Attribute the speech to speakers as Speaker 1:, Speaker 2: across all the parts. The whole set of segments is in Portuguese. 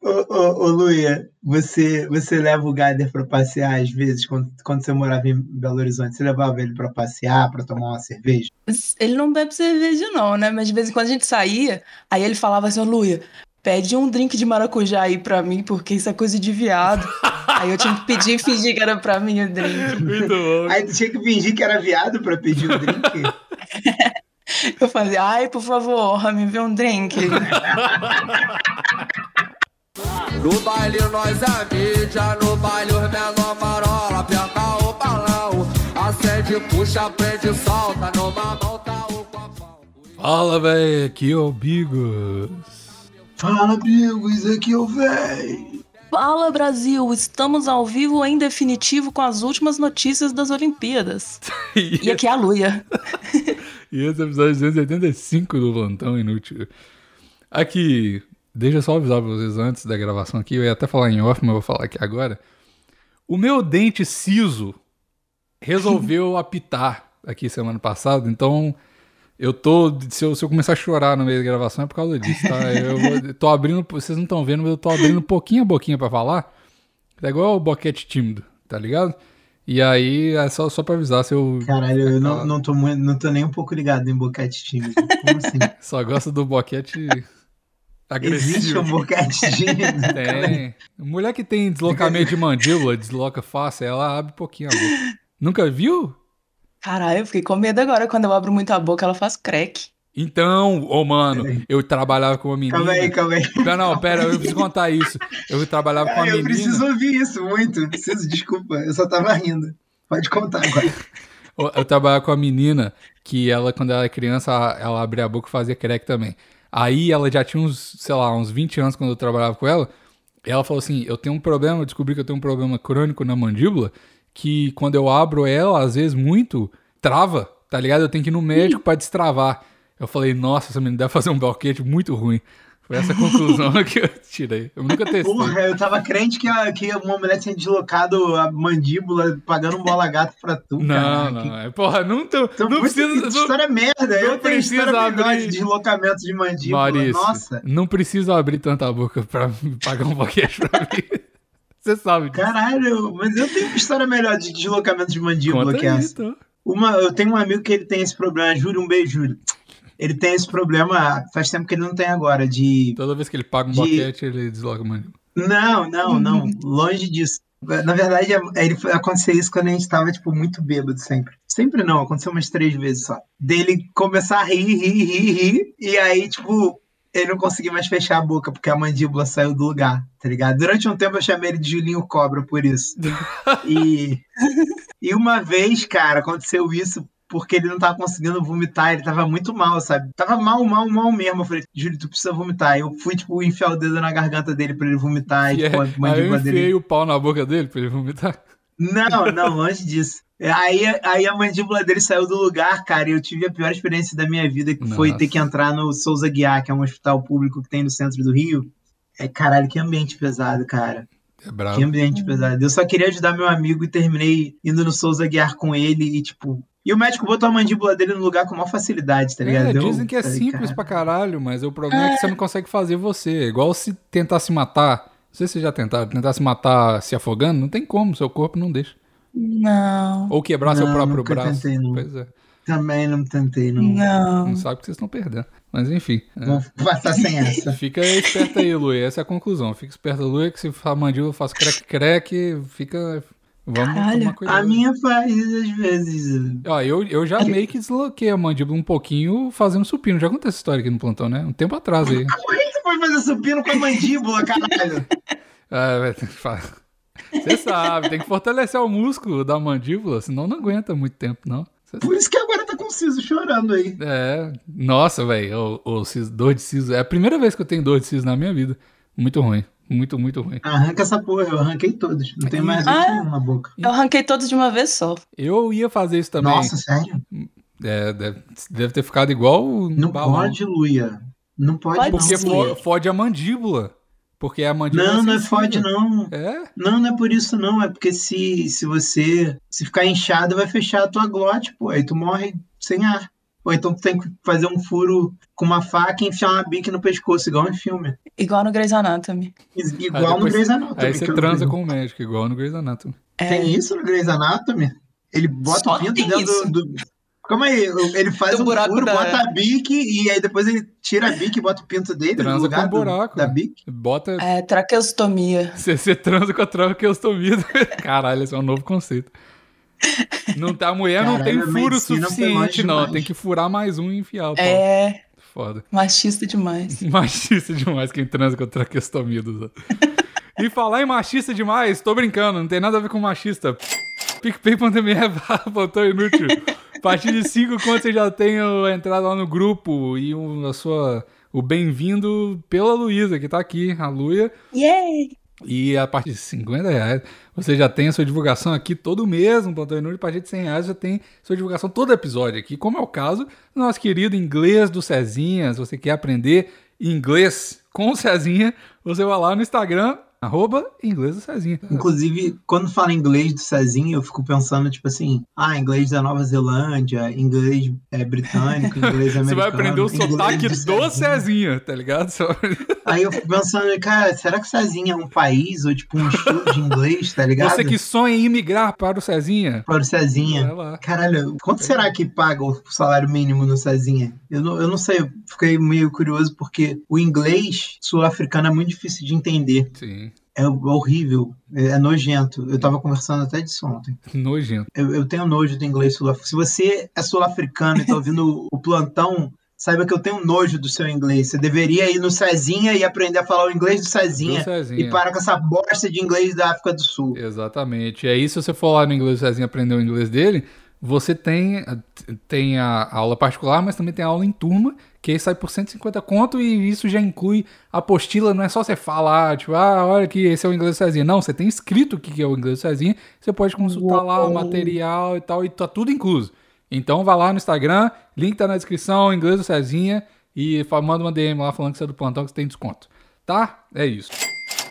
Speaker 1: Ô, ô, ô Luia, você, você leva o Gader para passear às vezes, quando, quando você morava em Belo Horizonte, você levava ele para passear, para tomar uma cerveja?
Speaker 2: Ele não bebe cerveja, não, né? Mas de vez em quando a gente saía, aí ele falava assim, ô Luia, pede um drink de maracujá aí pra mim, porque isso é coisa de viado. aí eu tinha que pedir e fingir que era pra mim o drink.
Speaker 3: Muito bom.
Speaker 1: Aí tinha que fingir que era viado para pedir o drink?
Speaker 2: Eu fazia, ai, por favor, me vê um drink.
Speaker 4: No baile nós é mídia, no baile os menor marola, aperta o balão, acende, puxa, prende, solta, numa mão tá o copão.
Speaker 3: Fala, véi, aqui é o Bigos.
Speaker 1: Fala, amigos, aqui é o véi.
Speaker 2: Fala Brasil, estamos ao vivo em definitivo com as últimas notícias das Olimpíadas. E aqui é a Luia.
Speaker 3: E esse é o episódio 285 do Plantão Inútil. Aqui, deixa eu só avisar pra vocês antes da gravação aqui, eu ia até falar em off, mas eu vou falar aqui agora. O meu dente siso resolveu apitar aqui semana passada, então eu tô. Se eu, se eu começar a chorar no meio da gravação é por causa disso, tá? Eu vou- tô abrindo. Vocês não estão vendo, mas eu tô abrindo pouquinho a boquinha pra falar. É igual o boquete tímido, tá ligado? E aí, é só, só pra avisar, se eu
Speaker 1: Caralho, eu
Speaker 3: Tá.
Speaker 1: não, não, tô, muito- não tô nem um pouco ligado em boquete tímido. Como assim?
Speaker 3: só gosto do boquete
Speaker 1: Existe
Speaker 3: agressivo.
Speaker 1: um boquete tímido?
Speaker 3: Tem. Mulher que tem deslocamento de mandíbula, desloca face, ela abre um pouquinho a boca. Nunca viu?
Speaker 2: Caralho, eu fiquei com medo agora. Quando eu abro muito a boca, ela faz crack.
Speaker 3: Então, ô mano,
Speaker 1: Peraí.
Speaker 3: eu trabalhava com uma menina.
Speaker 1: Calma aí, calma aí.
Speaker 3: Não, não, pera, eu preciso contar isso. Eu trabalhava com uma
Speaker 1: eu
Speaker 3: menina.
Speaker 1: preciso ouvir isso muito. Preciso, desculpa, eu só tava rindo. Pode contar agora.
Speaker 3: Eu, eu trabalhava com a menina que ela, quando ela era criança, ela- ela abria a boca e fazia crack também. Aí ela já tinha uns, sei lá, uns 20 anos quando eu trabalhava com ela. E ela falou assim: Eu tenho um problema, eu descobri que eu tenho um problema crônico na mandíbula, que quando eu abro ela, às vezes muito, trava, tá ligado? Eu tenho que ir no médico pra destravar. Eu falei, nossa, essa menina deve fazer um balquete muito ruim. Foi essa a conclusão que eu tirei. Eu nunca testei.
Speaker 1: Porra, eu tava crente que, a- que uma mulher tinha deslocado a mandíbula pagando bola gato pra tu.
Speaker 3: Não,
Speaker 1: cara.
Speaker 3: não. é- Porra, não, tô-
Speaker 1: Então,
Speaker 3: não
Speaker 1: muito-
Speaker 3: precisa.
Speaker 1: que
Speaker 3: não-
Speaker 1: história merda. eu
Speaker 3: não
Speaker 1: tenho história
Speaker 3: precisa
Speaker 1: melhor
Speaker 3: abrir-
Speaker 1: de deslocamento de mandíbula.
Speaker 3: Maurício,
Speaker 1: tipo, Nossa.
Speaker 3: não preciso abrir tanta boca pra pagar um boquete pra mim. Você sabe disso.
Speaker 1: Caralho, mas eu tenho uma história melhor de deslocamento de mandíbula
Speaker 3: Conta
Speaker 1: que
Speaker 3: aí,
Speaker 1: essa.
Speaker 3: então.
Speaker 1: Uma, eu tenho um amigo que ele tem esse problema, Júlio, um beijo, Júlio. Ele tem esse problema, faz tempo que ele não tem agora, de.
Speaker 3: Toda vez que ele paga um
Speaker 1: De-
Speaker 3: boquete, ele desloca o mandíbula.
Speaker 1: Não, não, não, longe disso. Na verdade, é- ele foi- aconteceu isso quando a gente tava, tipo, muito bêbado sempre. Sempre não, aconteceu umas três vezes só. Dele começar a rir, rir, rir, rir, e aí, tipo, ele não conseguia mais fechar a boca, porque a mandíbula saiu do lugar, tá ligado? Durante um tempo eu chamei ele de Julinho Cobra por isso. E, e uma vez, cara, aconteceu isso porque ele não tava conseguindo vomitar, ele tava muito mal, sabe? Tava mal, mal, mal mesmo. Eu falei, Júlio, tu precisa vomitar. Eu fui, tipo, enfiar o dedo na garganta dele pra ele vomitar e,
Speaker 3: E é-
Speaker 1: tipo, a
Speaker 3: aí eu
Speaker 1: mandíbula dele.
Speaker 3: enfiei o pau na boca dele pra ele vomitar.
Speaker 1: Não, não, longe disso. É, Aí, aí a mandíbula dele saiu do lugar, cara, e eu tive a pior experiência da minha vida, que foi
Speaker 3: Nossa.
Speaker 1: ter que entrar no Souza Guiar, que é um hospital público que tem no centro do Rio. É, caralho, que ambiente pesado, cara.
Speaker 3: É
Speaker 1: Que
Speaker 3: brabo.
Speaker 1: ambiente pesado. Eu só queria ajudar meu amigo e terminei indo no Souza Guiar com ele e, tipo. E o médico botou a mandíbula dele no lugar com maior facilidade, tá ligado?
Speaker 3: É,
Speaker 1: Eu
Speaker 3: dizem que é
Speaker 1: falei,
Speaker 3: simples
Speaker 1: cara,
Speaker 3: pra caralho, mas o problema é que você não consegue fazer você. É igual se tentar se matar. Não sei se vocês já tentaram. Tentar se matar se afogando, não tem como, seu corpo não deixa.
Speaker 2: Não,
Speaker 3: Ou quebrar seu
Speaker 1: Não,
Speaker 3: próprio
Speaker 1: nunca
Speaker 3: braço.
Speaker 1: tentei, não.
Speaker 3: Pois é.
Speaker 1: Também não tentei, não.
Speaker 2: não.
Speaker 3: Não sabe o que vocês estão perdendo. Mas enfim. é.
Speaker 1: Vou passar sem essa.
Speaker 3: Fica esperta aí, Lu. Essa é a conclusão. Fica esperta, Lu, que se a mandíbula faz crack-crack, fica. Vamos
Speaker 2: Caralho.
Speaker 3: tomar
Speaker 1: A
Speaker 3: cuidado.
Speaker 1: minha É. faz às vezes.
Speaker 3: Ó, eu, eu já meio que desloquei a mandíbula um pouquinho fazendo supino. Já contei essa história aqui no plantão, né? Um tempo atrás aí.
Speaker 1: Por que você foi fazer supino com a mandíbula, caralho?
Speaker 3: Ah, vai ter que falar. Você sabe, tem que fortalecer o músculo da mandíbula, senão não aguenta muito tempo, não. Cê-
Speaker 1: Por isso que agora tá com o Ciso chorando aí.
Speaker 3: É, nossa, velho, o, o cis- dor de siso. É a primeira vez que eu tenho dor de siso na minha vida. Muito ruim, muito, muito ruim.
Speaker 1: Arranca essa porra, eu arranquei todos. Não tem mais
Speaker 2: Ah.
Speaker 1: dente nenhum na boca.
Speaker 2: Eu arranquei todos de uma vez só.
Speaker 3: Eu ia fazer isso também.
Speaker 1: Nossa, sério?
Speaker 3: É, deve, deve ter ficado igual o
Speaker 1: Não
Speaker 3: balão.
Speaker 1: pode, Luia. Não pode,
Speaker 2: Pode
Speaker 3: Porque
Speaker 2: sim.
Speaker 1: não.
Speaker 3: fo- fode a mandíbula. Porque a mandíbula.
Speaker 1: Não, não é
Speaker 3: sensível.
Speaker 1: fode, não.
Speaker 3: É?
Speaker 1: Não, não é por isso, não. É porque se, se você se ficar inchado, vai fechar a tua glote, pô. Aí tu morre sem ar. Ou então tu tem que fazer um furo com uma faca e enfiar uma bique no pescoço, igual em filme.
Speaker 2: Igual no Grey's Anatomy.
Speaker 3: Aí
Speaker 1: Igual no
Speaker 3: Ah, depois-
Speaker 1: Grey's Anatomy.
Speaker 3: Aí
Speaker 1: que
Speaker 3: você
Speaker 1: eu-
Speaker 3: transa com o médico, igual no Grey's Anatomy.
Speaker 1: Tem isso no Grey's Anatomy? Ele bota
Speaker 2: É. Só
Speaker 1: o pinto
Speaker 2: tem
Speaker 1: dentro
Speaker 2: isso.
Speaker 1: do, do- Calma aí, ele faz
Speaker 2: Do
Speaker 1: um
Speaker 2: buraco
Speaker 1: furo,
Speaker 2: da-
Speaker 1: bota a bique e aí depois ele tira a bique e bota o pinto dele
Speaker 3: Transa
Speaker 1: no lugar
Speaker 3: com o
Speaker 1: do-
Speaker 3: buraco.
Speaker 1: da bique.
Speaker 3: Bota.
Speaker 2: É, traqueostomia.
Speaker 3: Você, você transa com a traqueostomia. Caralho, esse é um novo conceito. Não tá, a mulher não
Speaker 1: Caralho,
Speaker 3: tem
Speaker 1: a
Speaker 3: furo
Speaker 1: medicina foi longe
Speaker 3: suficiente, não.
Speaker 1: demais.
Speaker 3: Tem que furar mais um e enfiar o pau.
Speaker 2: É,
Speaker 3: Foda.
Speaker 2: machista demais.
Speaker 3: Machista demais quem transa com a traqueostomia dos outros. E falar em machista demais, tô brincando, não tem nada a ver com machista. PicPay.me barra botão inútil. A partir de 5 contos você já tem o- a entrada lá no grupo e o, a sua, o bem-vindo pela Luísa, que tá aqui, a Luia.
Speaker 2: Yay!
Speaker 3: E a partir de 50 reais você já tem a sua divulgação aqui todo mês no Plantão Inútil. A partir de 100 reais já tem sua divulgação todo episódio aqui, como é o caso do nosso querido inglês do Cezinha. Se você quer aprender inglês com o Cezinha, você vai lá no Instagram, arroba inglês do Cezinha.
Speaker 1: Inclusive, quando fala inglês do Cezinho, eu fico pensando, tipo assim, ah, inglês da Nova Zelândia, inglês é, britânico, inglês americano.
Speaker 3: Você vai aprender o
Speaker 1: inglês
Speaker 3: sotaque
Speaker 1: do
Speaker 3: do Cezinha, tá ligado? Você vai aprender-
Speaker 1: Aí eu fico pensando, cara, será que Cezinho é um país ou tipo um estilo de inglês, tá ligado?
Speaker 3: Você que sonha em migrar para o Cezinha,
Speaker 1: Para o
Speaker 3: vai
Speaker 1: Cezinha.
Speaker 3: lá.
Speaker 1: Caralho, quanto será que paga o salário mínimo no Cezinha? Eu não, eu não sei, eu fiquei meio curioso porque o inglês sul-africano é muito difícil de entender.
Speaker 3: Sim,
Speaker 1: É horrível, é é nojento. Eu tava conversando até disso ontem.
Speaker 3: nojento.
Speaker 1: Eu, eu tenho nojo do inglês sul-africano. Se você é sul-africano e tá ouvindo o plantão, saiba que eu tenho nojo do seu inglês. Você deveria ir no Cezinha e aprender a falar o inglês do
Speaker 3: Do
Speaker 1: Cezinha.
Speaker 3: Cezinha.
Speaker 1: E para com essa bosta de inglês da África do Sul.
Speaker 3: Exatamente. E aí, se você for lá no inglês do Cezinha aprender o inglês dele, você tem, tem a aula particular, mas também tem a aula em turma, que aí sai por 150 conto e isso já inclui apostila, não é só você falar, tipo, ah, olha que esse é o inglês do Cezinha. Não, você tem escrito o que que é o inglês do Cezinha, você pode consultar lá o
Speaker 2: Uou.
Speaker 3: material e tal, e tá tudo incluso. Então vai lá no Instagram, link tá na descrição, inglês do Cezinha, e fa- manda uma DM lá falando que você é do plantão que você tem desconto. Tá? É isso.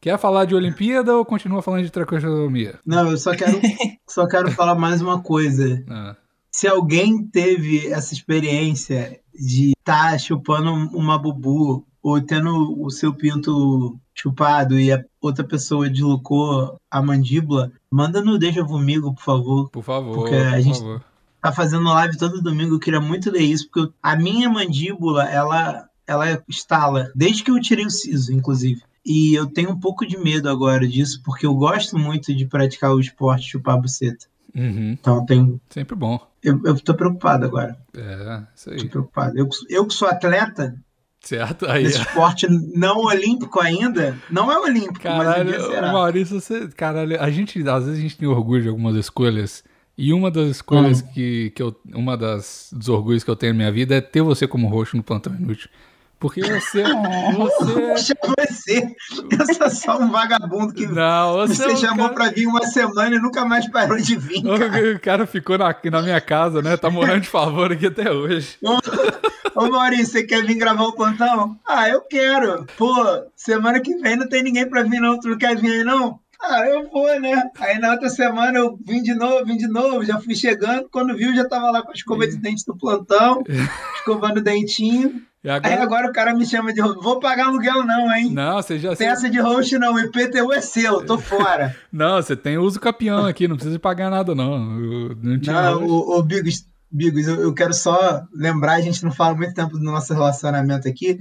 Speaker 3: Quer falar de Olimpíada ou continua falando de traqueostomia?
Speaker 1: Não, eu só quero, só quero falar mais uma coisa.
Speaker 3: Ah,
Speaker 1: Se alguém teve essa experiência de estar tá chupando uma bubu ou tendo o seu pinto chupado e a outra pessoa deslocou a mandíbula, manda no Deixa Vomigo, por favor.
Speaker 3: por favor,
Speaker 1: Porque a
Speaker 3: por
Speaker 1: gente-
Speaker 3: favor.
Speaker 1: tá fazendo live todo domingo, eu queria muito ler isso, porque eu- a minha mandíbula, ela, ela estala, desde que eu tirei o siso, inclusive. E eu tenho um pouco de medo agora disso, porque eu gosto muito de praticar o esporte chupar a buceta.
Speaker 3: Uhum,
Speaker 1: Então eu tenho.
Speaker 3: sempre bom.
Speaker 1: Eu, eu tô preocupado agora.
Speaker 3: É, isso
Speaker 1: Tô
Speaker 3: aí.
Speaker 1: preocupado. Eu, eu que sou atleta,
Speaker 3: Certo? Aí,
Speaker 1: nesse esporte não olímpico ainda, não é olímpico, mas um dia
Speaker 3: caralho,
Speaker 1: será.
Speaker 3: o Maurício, você, caralho, a gente, às vezes a gente tem orgulho de algumas escolhas. E uma das escolhas
Speaker 1: Uhum.
Speaker 3: que, que eu, uma das, dos orgulhos que eu tenho na minha vida é ter você como roxo no Plantão Inútil. Porque você, você,
Speaker 1: Poxa, você, eu sou só um vagabundo que
Speaker 3: não, você,
Speaker 1: você
Speaker 3: é um
Speaker 1: chamou
Speaker 3: cara-
Speaker 1: pra vir uma semana e nunca mais parou de vir. cara.
Speaker 3: O cara ficou na, na minha casa, né? Tá morando de favor aqui até hoje.
Speaker 1: Ô Maurício, você quer vir gravar o plantão? Ah, eu quero. Pô, semana que vem não tem ninguém pra vir, não. Tu não quer vir aí, não? Ah, eu vou, né? Aí na outra semana eu vim de novo, vim de novo, já fui chegando. Quando viu, já tava lá com a escova de dente do plantão, escovando o dentinho.
Speaker 3: E
Speaker 1: Aí
Speaker 3: agora,
Speaker 1: agora o cara me chama de roxo. Vou pagar aluguel, não, hein?
Speaker 3: não, você já, você-
Speaker 1: Tem essa de roxo, não. O IPTU é seu, tô fora.
Speaker 3: Não, você tem uso capião aqui, não precisa pagar nada, não. Eu- Não tinha.
Speaker 1: Não, ô, ô Bigos, Bigos, eu, eu quero só lembrar, a gente não fala muito tempo do nosso relacionamento aqui,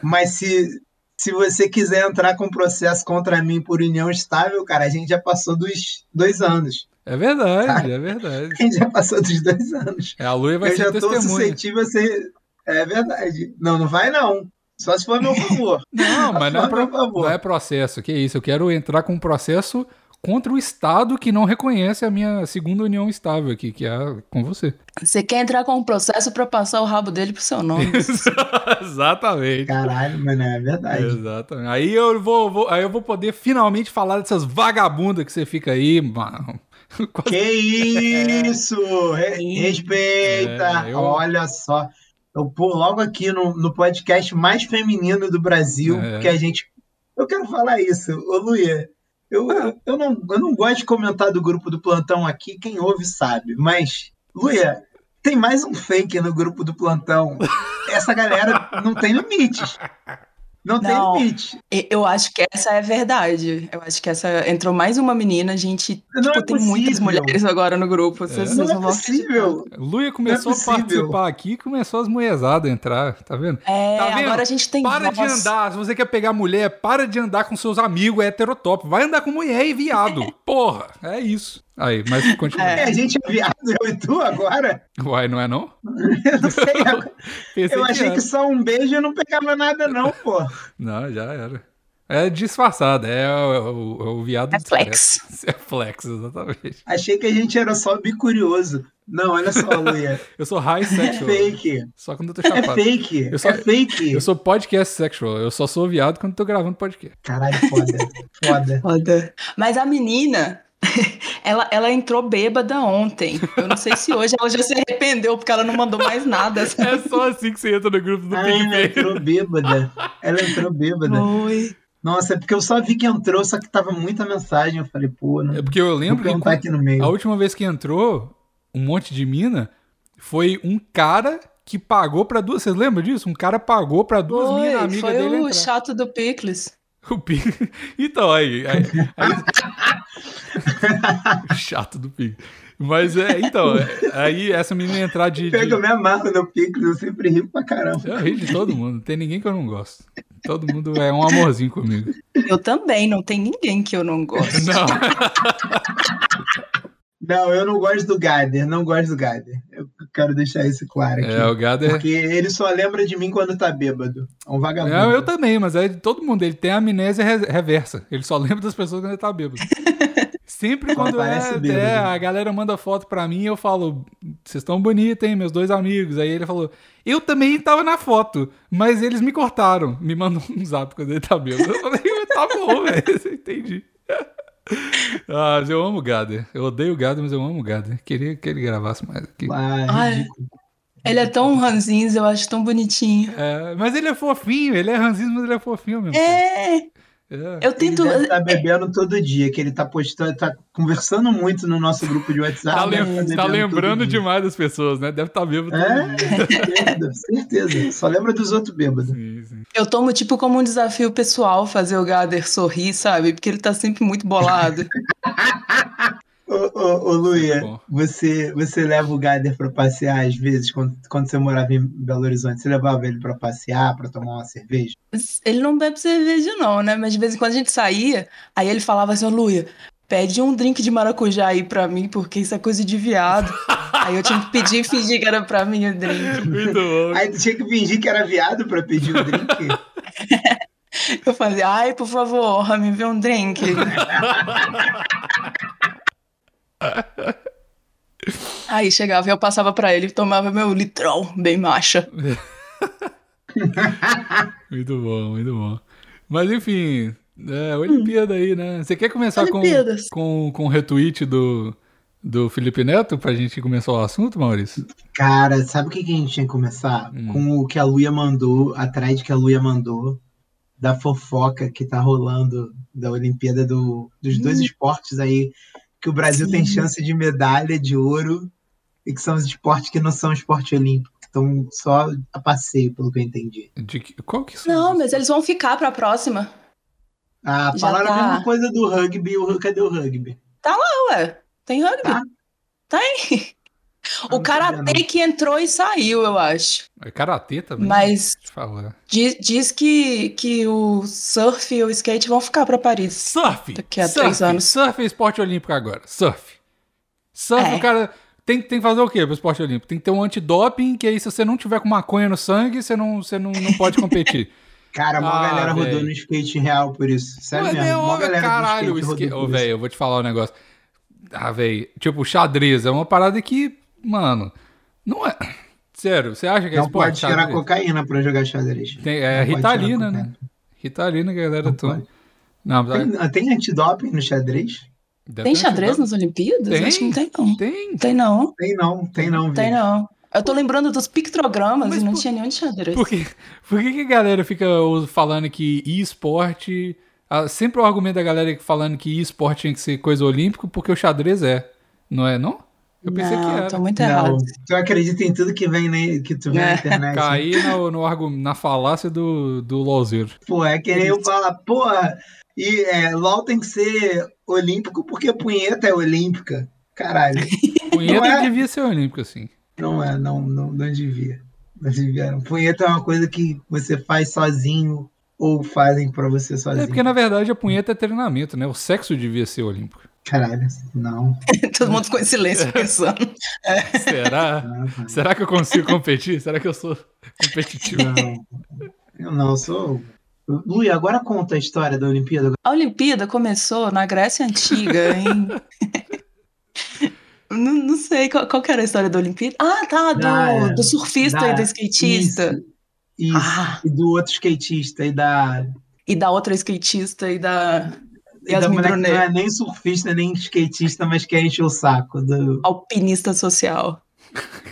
Speaker 1: mas se, se você quiser entrar com processo contra mim por união estável, cara, a gente já passou dos dois anos.
Speaker 3: É verdade, é verdade.
Speaker 1: A gente já passou dos dois anos.
Speaker 3: É, A Luia vai
Speaker 1: Tá. eu
Speaker 3: ser
Speaker 1: já tô
Speaker 3: testemunha.
Speaker 1: suscetível a ser. É verdade. Não, não vai não. Só se for a meu favor.
Speaker 3: Não, mas não é,
Speaker 1: Só
Speaker 3: pro-
Speaker 1: por favor.
Speaker 3: não é processo, que isso. Eu quero entrar com um processo contra o Estado que não reconhece a minha segunda união estável aqui, que é com você.
Speaker 2: Você quer entrar com um processo pra passar o rabo dele pro seu nome.
Speaker 3: Exatamente.
Speaker 1: Caralho, mano, é verdade.
Speaker 3: Exatamente. Aí eu vou, vou- aí eu vou poder finalmente falar dessas vagabundas que você fica aí, mano. Quase
Speaker 1: Que isso! Re- Respeita!
Speaker 3: É, eu-
Speaker 1: Olha só. Eu pô logo aqui no, no podcast mais feminino do Brasil,
Speaker 3: É.
Speaker 1: que a gente. Eu quero falar isso, ô Luia. Eu,
Speaker 2: Ah.
Speaker 1: eu, eu não, eu não gosto de comentar do grupo do plantão aqui, quem ouve sabe, mas, Luia, Tem mais um fake no grupo do plantão. Essa galera não tem limites. Não,
Speaker 2: Não.
Speaker 1: tem limite.
Speaker 2: E- Eu acho que essa é verdade. Eu acho que essa. Entrou mais uma menina, a gente.
Speaker 1: Não
Speaker 2: tipo,
Speaker 1: é
Speaker 2: tem muitas
Speaker 1: possível.
Speaker 2: mulheres agora no grupo. Vocês,
Speaker 3: É?
Speaker 1: Não
Speaker 2: vocês
Speaker 1: é
Speaker 2: vão acreditar.
Speaker 1: possível.
Speaker 3: Luia começou
Speaker 1: Não é
Speaker 3: a
Speaker 1: possível.
Speaker 3: participar aqui e começou as mulherzadas a entrar, tá vendo?
Speaker 2: É,
Speaker 3: Tá vendo?
Speaker 2: agora a gente tem
Speaker 3: para de
Speaker 2: voz.
Speaker 3: andar, se você quer pegar mulher, para de andar com seus amigos heterotop. Vai andar com mulher e viado. Porra, é isso. Aí, mas continua.
Speaker 1: É, a gente é viado, eu e tu agora?
Speaker 3: Uai, não é não?
Speaker 1: Eu não sei.
Speaker 3: Pensei
Speaker 1: Eu achei
Speaker 3: era.
Speaker 1: que só um beijo eu não pegava nada, não, pô.
Speaker 3: Não, já era. É disfarçada, é o, é o- é o viado
Speaker 2: É flex.
Speaker 3: discreto. É flex, exatamente.
Speaker 1: Achei que a gente era só bicurioso. Não, olha só, Luia.
Speaker 3: Eu sou high
Speaker 1: É
Speaker 3: sexual.
Speaker 1: fake.
Speaker 3: só quando eu tô
Speaker 1: É
Speaker 3: chapado.
Speaker 1: fake.
Speaker 3: Eu só-
Speaker 1: É fake.
Speaker 3: eu sou podcast sexual, eu só sou viado quando tô gravando podcast.
Speaker 1: Caralho, foda. Foda.
Speaker 2: Foda. Mas a menina, ela, ela entrou bêbada ontem. Eu não sei se hoje ela já se arrependeu porque ela não mandou mais nada. sabe?
Speaker 3: É só assim que você entra no grupo do né?
Speaker 1: Ah, ela
Speaker 3: PicPay.
Speaker 1: entrou bêbada. Ela entrou bêbada.
Speaker 2: Oi.
Speaker 1: Nossa, é porque eu só vi que entrou, só que tava muita mensagem. Eu falei, pô, não.
Speaker 3: É porque eu
Speaker 1: Vou
Speaker 3: lembro que
Speaker 1: perguntar
Speaker 3: quando-
Speaker 1: aqui no
Speaker 3: a
Speaker 1: meio.
Speaker 3: última vez que entrou um monte de mina foi um cara que pagou pra duas. Vocês lembram disso? Um cara pagou pra duas
Speaker 2: Oi,
Speaker 3: minas amigas
Speaker 2: foi
Speaker 3: dele
Speaker 2: o
Speaker 3: entrar.
Speaker 2: chato do Picles.
Speaker 3: O Pig. Então, aí. aí- aí- Chato do Pig. Mas é, então, é, aí essa menina entrar de. de...
Speaker 1: Pega, eu me amarro no Pix, eu sempre rio pra caramba.
Speaker 3: Eu ri de todo mundo, não tem ninguém que eu não gosto. Todo mundo é um amorzinho comigo.
Speaker 2: Eu também, não tem ninguém que eu não gosto.
Speaker 3: Não,
Speaker 1: Não, eu não gosto do Gader, não gosto do Gader. Eu quero deixar isso claro aqui.
Speaker 3: é, o gado é.
Speaker 1: Porque ele só lembra de mim quando tá bêbado. É um vagabundo.
Speaker 3: Não, eu também, mas é de todo mundo. Ele tem amnésia re- reversa. Ele só lembra das pessoas quando ele tá bêbado. Sempre quando é,
Speaker 1: Parece bêbado.
Speaker 3: é, a galera manda foto pra mim e eu falo, vocês estão bonitos, hein, meus dois amigos. Aí ele falou, eu também tava na foto, mas eles me cortaram. Me mandou um zap quando ele tá bêbado. Eu falei, tá bom, velho, você entendi. Ah, mas eu amo o Gader. Eu odeio o Gader, mas eu amo o Gader. Queria que ele gravasse mais aqui.
Speaker 1: Ah,
Speaker 2: Ai.
Speaker 1: ridículo.
Speaker 2: Ele é tão ranzinza, eu acho tão bonitinho.
Speaker 3: É, mas ele é fofinho, ele é ranzinho, mas ele é fofinho mesmo.
Speaker 2: É,
Speaker 3: É.
Speaker 2: eu tento.
Speaker 1: Ele deve tá bebendo todo dia, que ele tá postando, tá conversando muito no nosso grupo de WhatsApp.
Speaker 3: Tá,
Speaker 1: deve
Speaker 3: lem-
Speaker 1: bebendo
Speaker 3: tá
Speaker 1: todo
Speaker 3: lembrando
Speaker 1: dia.
Speaker 3: demais das pessoas, né? Deve estar tá bêbado.
Speaker 1: É, certeza, certeza. Só lembra dos outros bêbados.
Speaker 3: Sim, sim.
Speaker 2: Eu tomo tipo como um desafio pessoal fazer o Gader sorrir, sabe? Porque ele tá sempre muito bolado.
Speaker 1: Ô, ô, ô Luia,
Speaker 3: Bom.
Speaker 1: você, você leva o Gader pra passear às vezes, quando, quando você morava em Belo Horizonte? Você levava ele pra passear, pra tomar uma cerveja?
Speaker 2: Ele não bebe cerveja, não, né? Mas de vez em quando a gente saía, aí ele falava assim, ô Luia, pede um drink de maracujá aí pra mim, porque isso é coisa de viado. aí eu tinha que pedir e fingir que era pra mim o drink.
Speaker 3: Muito bom.
Speaker 1: Aí tu tinha que fingir que era viado pra pedir o drink?
Speaker 2: Eu falei, ai, por favor, me vê um drink. aí chegava, eu passava pra ele, tomava meu litrão, bem macha.
Speaker 3: Muito bom, muito bom. Mas enfim, é, Olimpíada aí, né? Você quer começar com, um
Speaker 2: Olimpíadas.
Speaker 3: com, com o retweet do, do Felipe Neto pra gente começar o assunto, Maurício?
Speaker 1: Cara, sabe o que, que a gente tinha que começar?
Speaker 3: Hum.
Speaker 1: Com o que a Luia mandou, atrás que a Luia mandou, da fofoca que tá rolando da Olimpíada do- dos
Speaker 2: Hum.
Speaker 1: dois esportes aí, que o Brasil tem chance de medalha de ouro, e que são os esportes que não são esporte olímpico, que estão só a passeio, pelo que eu entendi.
Speaker 3: De que- qual que são
Speaker 2: Não,
Speaker 3: os-
Speaker 2: mas é eles vão ficar pra próxima.
Speaker 1: Ah,
Speaker 2: Já
Speaker 1: falaram a
Speaker 2: tá.
Speaker 1: mesma coisa do rugby, o, cadê o rugby?
Speaker 2: Ah, Ué, tem rugby.
Speaker 1: Tá?
Speaker 2: Tem.
Speaker 1: não
Speaker 2: O karatê
Speaker 1: sabia,
Speaker 2: que entrou e saiu, eu acho.
Speaker 3: É karatê também.
Speaker 2: Mas
Speaker 3: Deixa eu falar.
Speaker 2: diz, diz que, que o surf e o skate vão ficar pra Paris.
Speaker 3: Surf!
Speaker 2: Daqui a
Speaker 3: surf,
Speaker 2: três anos.
Speaker 3: Surf é esporte olímpico agora. Surf. Surf,
Speaker 2: É.
Speaker 3: o cara. Tem, tem que fazer o quê pro esporte olímpico? Tem que ter um antidoping, que aí se você não tiver com maconha no sangue, você não, você não, não pode competir.
Speaker 1: Cara, uma
Speaker 3: Ah,
Speaker 1: galera rodou
Speaker 3: véi.
Speaker 1: no skate real por isso. Sério
Speaker 3: Mas,
Speaker 1: mesmo,
Speaker 3: meu,
Speaker 1: uma
Speaker 3: olha,
Speaker 1: galera
Speaker 3: caralho,
Speaker 1: do
Speaker 3: o
Speaker 1: skate
Speaker 3: skate.
Speaker 1: rodou por
Speaker 3: Ô,
Speaker 1: isso.
Speaker 3: velho, eu vou te falar um negócio. Ah, velho, tipo, xadrez é uma parada que, mano, não é. Sério, você acha que é
Speaker 1: Não
Speaker 3: esporte?
Speaker 1: pode tirar
Speaker 3: xadrez?
Speaker 1: cocaína pra jogar xadrez.
Speaker 3: Tem,
Speaker 1: Não
Speaker 3: é
Speaker 1: pode tirar
Speaker 3: Ritalina, né?
Speaker 1: cocaína.
Speaker 3: Ritalina, galera,
Speaker 1: Não
Speaker 3: tu.
Speaker 1: pode.
Speaker 3: Não, mas-
Speaker 1: Tem, ah, tem antidoping no xadrez?
Speaker 3: deve
Speaker 2: Tem
Speaker 3: ter
Speaker 2: xadrez
Speaker 3: antidoping.
Speaker 2: nas Olimpíadas?
Speaker 3: Tem.
Speaker 2: Acho que não tem, não.
Speaker 3: Tem.
Speaker 2: Tem, não.
Speaker 1: Tem não, tem não,
Speaker 2: Tem,
Speaker 1: Vitor.
Speaker 2: não. Eu tô lembrando dos pictogramas
Speaker 3: Mas
Speaker 2: e não
Speaker 3: por-
Speaker 2: tinha nenhum de xadrez.
Speaker 3: Por que, por que que a galera fica o- falando que e-esporte. ah, sempre o argumento da galera falando que e-esporte tinha que ser coisa olímpica porque o xadrez é. Não é, não? Eu pensei
Speaker 2: não,
Speaker 3: que era.
Speaker 2: tô muito
Speaker 1: Não,
Speaker 2: errado.
Speaker 1: tu acredita em tudo que vem na, que tu vê na
Speaker 2: É.
Speaker 1: internet. né?
Speaker 3: Caí no, no argu- na falácia do, do LOLzeiro.
Speaker 1: Pô, é que nem eu falar, porra, e é, LOL tem que ser olímpico porque punheta é olímpica. Caralho.
Speaker 3: Punheta
Speaker 1: Não é?
Speaker 3: devia ser olímpico, assim.
Speaker 1: Não é, não, não, não devia. Não devia. não. Punheta é uma coisa que você faz sozinho ou fazem pra você sozinho.
Speaker 3: É porque, na verdade, a punheta é treinamento, né? O sexo devia ser olímpico.
Speaker 1: Caralho, não.
Speaker 2: Todo mundo ficou em
Speaker 3: É.
Speaker 2: silêncio pensando.
Speaker 3: Será?
Speaker 1: Não, não.
Speaker 3: Será que eu consigo competir? Será que eu sou competitivo?
Speaker 1: Eu não sou. Lui, agora conta a história da Olimpíada.
Speaker 2: A Olimpíada começou na Grécia Antiga, em. não, não sei qual, qual que era a história da Olimpíada. Ah, tá, do,
Speaker 1: Ah, é.
Speaker 2: do surfista
Speaker 1: Da-
Speaker 2: e do skatista.
Speaker 1: Isso.
Speaker 2: Ah,
Speaker 1: E do outro skatista e da.
Speaker 2: e da outra skatista e da
Speaker 1: E da
Speaker 2: Yasmin
Speaker 1: mulher que
Speaker 2: Brunet.
Speaker 1: não é nem surfista, nem skatista, mas quer encher o saco. Do...
Speaker 2: alpinista social.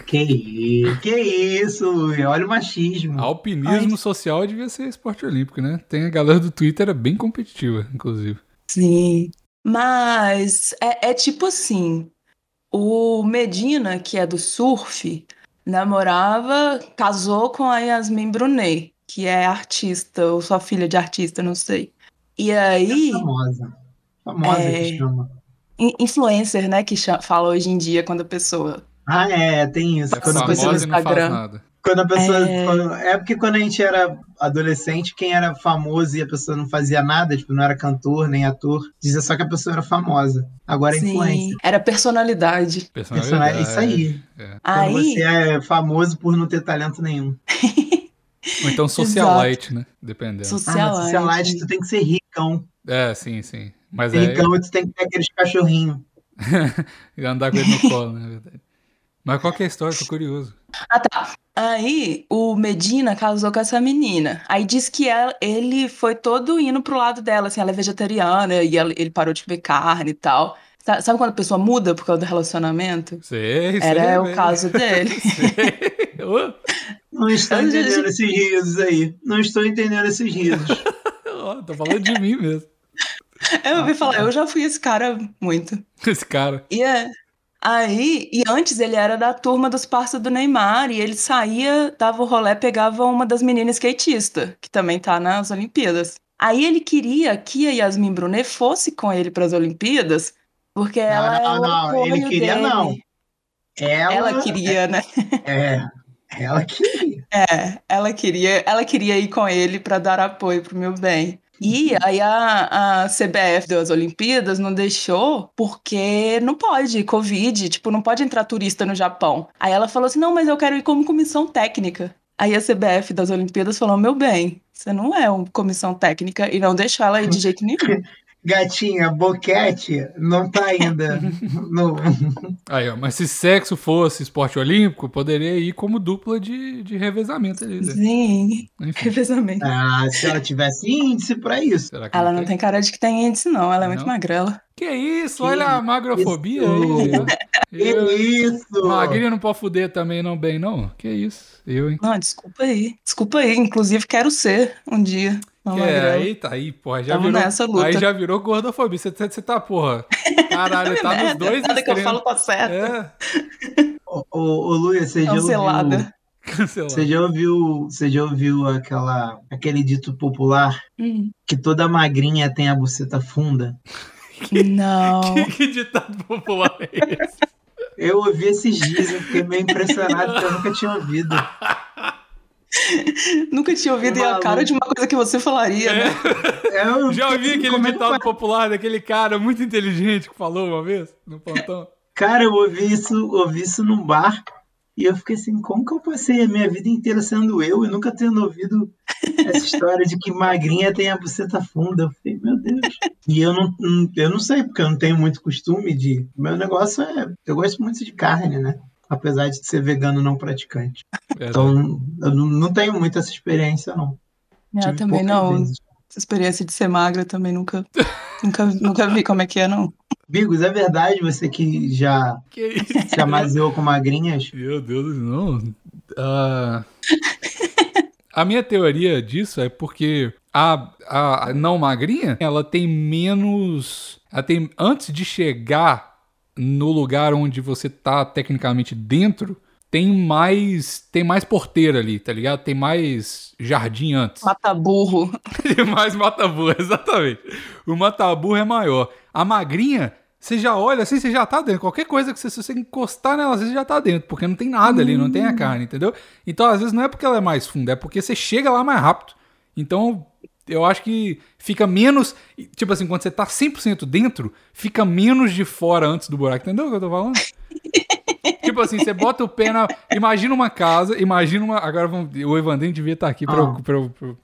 Speaker 1: Que, i- que isso, Lui? Olha o machismo.
Speaker 3: Alpinismo
Speaker 2: Ai.
Speaker 3: social devia ser esporte olímpico, né? Tem a galera do Twitter, é bem competitiva, inclusive.
Speaker 2: Sim. Mas é, é tipo assim: o Medina, que é do surf, namorava, casou com a Yasmin Brunet, que é artista, ou sua filha de artista, não sei. E aí,
Speaker 1: É Famosa. Famosa que
Speaker 2: É.
Speaker 1: chama.
Speaker 2: in- influencer, né, que cha- fala hoje em dia quando a pessoa.
Speaker 1: Ah, é, tem isso.
Speaker 3: É
Speaker 1: Quando a
Speaker 2: famosa
Speaker 1: pessoa
Speaker 3: famosa e não faz
Speaker 2: Instagram.
Speaker 3: nada.
Speaker 1: Quando a pessoa.
Speaker 2: É.
Speaker 1: quando- É... porque quando a gente era adolescente, quem era famoso e a pessoa não fazia nada, tipo, não era cantor nem ator, dizia só que a pessoa era famosa. Agora é influencer.
Speaker 2: Sim, era personalidade.
Speaker 1: Personal-
Speaker 3: Personalidade.
Speaker 1: É isso aí. Quando
Speaker 2: Aí,
Speaker 1: você é famoso por não ter talento nenhum.
Speaker 3: Ou então socialite, né? Dependendo.
Speaker 2: é
Speaker 1: Ah, mas
Speaker 2: socialite.
Speaker 1: socialite, tu tem que ser ricão.
Speaker 3: É, sim, sim. Mas é
Speaker 1: Ricão, e tu tem que ter aqueles cachorrinhos.
Speaker 3: andar com ele no colo, né? na verdade. Mas qual que é a história? Tô curioso.
Speaker 2: Ah, tá. Aí o Medina casou com essa menina. Aí diz que ela- ele foi todo indo pro lado dela, assim, ela é vegetariana e ela- ele parou de comer carne e tal. Sa- Sabe quando a pessoa muda por causa do relacionamento?
Speaker 3: Sei, sei.
Speaker 2: Era o
Speaker 3: velho.
Speaker 2: caso dele.
Speaker 3: Sei. Ô,
Speaker 1: Não estou
Speaker 2: Às vezes-
Speaker 1: entendendo esses risos aí. Não estou entendendo esses risos.
Speaker 3: ó, tô falando de mim mesmo.
Speaker 2: Eu ouvi falar, eu já fui esse cara muito.
Speaker 3: Esse cara.
Speaker 2: E é- aí, e antes ele era da turma dos parça do Neymar, e ele saía, dava o rolê, pegava uma das meninas skatista, que também tá nas Olimpíadas. Aí ele queria que a Yasmin Brunet fosse com ele para as Olimpíadas, porque ela
Speaker 1: não,
Speaker 2: é o
Speaker 1: não, ele
Speaker 2: apoio
Speaker 1: queria
Speaker 2: dele.
Speaker 1: não. Ela,
Speaker 2: Ela queria, né?
Speaker 1: É, ela queria.
Speaker 2: É, ela queria, ela queria ir com ele para dar apoio pro meu bem. E aí a, a CBF das Olimpíadas não deixou porque não pode, Covid, tipo, não pode entrar turista no Japão. Aí ela falou assim: não, mas eu quero ir como comissão técnica. Aí a CBF das Olimpíadas falou: meu bem, você não é uma comissão técnica e não deixou ela ir de jeito nenhum.
Speaker 1: Gatinha, boquete não tá ainda no,
Speaker 3: Aí, ó, mas se sexo fosse esporte olímpico, poderia ir como dupla de, de revezamento ali, né?
Speaker 2: Sim,
Speaker 3: Enfim, É,
Speaker 2: revezamento.
Speaker 1: Ah, se ela tivesse índice pra isso.
Speaker 3: será que
Speaker 2: Ela não tem cara de que tem índice, não, ela é muito
Speaker 3: Não?
Speaker 2: magrela.
Speaker 3: Que isso,
Speaker 1: Que
Speaker 3: olha a magrofobia aí. ó.
Speaker 1: isso? Que
Speaker 3: Eu, hein?
Speaker 1: É isso?
Speaker 3: Magrinho não pode fuder também, não, bem, não? Que isso, eu, hein?
Speaker 2: Não, desculpa aí. Desculpa aí, inclusive quero ser um dia uma
Speaker 3: Que é,
Speaker 2: magrela.
Speaker 3: aí tá aí, porra, já
Speaker 2: Tamo
Speaker 3: virou.
Speaker 2: nessa luta.
Speaker 3: Aí já virou gordofobia. Você, você tá, porra. Caralho, tá nos dois
Speaker 2: Nada que eu
Speaker 3: extremos.
Speaker 2: falo tá certo.
Speaker 3: É,
Speaker 1: Ô, ô, ô, Luia, você já ouviu,
Speaker 2: Cancelada.
Speaker 3: cancelado.
Speaker 1: você já ouviu, você já ouviu aquela, aquele dito popular
Speaker 2: Hum,
Speaker 1: que toda magrinha tem a buceta funda?
Speaker 2: Não.
Speaker 3: Que, que ditado popular é esse?
Speaker 1: Eu ouvi esses dias, eu fiquei meio impressionado, porque eu nunca tinha ouvido.
Speaker 2: Nunca tinha ouvido e a
Speaker 1: Maluco.
Speaker 2: cara de uma coisa que você falaria,
Speaker 3: É.
Speaker 2: né?
Speaker 1: Eu
Speaker 3: Já
Speaker 1: fiquei
Speaker 3: ouvi
Speaker 1: assim,
Speaker 3: aquele
Speaker 1: como é que
Speaker 3: ditado
Speaker 1: faz?
Speaker 3: popular daquele cara muito inteligente que falou uma vez no plantão?
Speaker 1: Cara, eu ouvi isso, ouvi isso num bar e eu fiquei assim, como que eu passei a minha vida inteira sendo eu e nunca tendo ouvido essa história de que magrinha tem a buceta funda? Eu falei, meu Deus. E eu não, não- eu não sei, porque eu não tenho muito costume de. Meu negócio é. Eu gosto muito de carne, né? Apesar de ser vegano não praticante.
Speaker 3: É,
Speaker 1: Então, eu não, não tenho muito essa experiência, não.
Speaker 2: É, Eu
Speaker 1: Tive
Speaker 2: também
Speaker 1: poucas
Speaker 2: não.
Speaker 1: vezes.
Speaker 2: Essa experiência de ser magra também nunca, nunca, nunca vi como é que é, não.
Speaker 1: Bigos, é verdade você que já
Speaker 3: que isso?
Speaker 1: se amaziou com magrinhas?
Speaker 3: Meu Deus, não. Ah, a minha teoria disso é porque a, a, a não magrinha, ela tem menos. Ela tem. Antes de chegar no lugar onde você tá tecnicamente dentro, tem mais tem mais porteira ali, tá ligado? Tem mais jardim antes.
Speaker 2: Mata burro.
Speaker 3: Tem mais mataburro, exatamente. O mataburro é maior. A magrinha, você já olha assim, você já tá dentro. Qualquer coisa que você, se você encostar nela, você já tá dentro, porque não tem nada ali, não tem a carne, entendeu? Então, às vezes, não é porque ela é mais funda, é porque você chega lá mais rápido. Então, eu acho que fica menos. Tipo assim, quando você tá 100% dentro, fica menos de fora antes do buraco, entendeu o que eu tô falando? Tipo assim, você bota o pé na. Imagina uma casa, imagina uma. Agora vamos- o Evandrinho devia estar aqui pra, eu- pra eu- pra eu-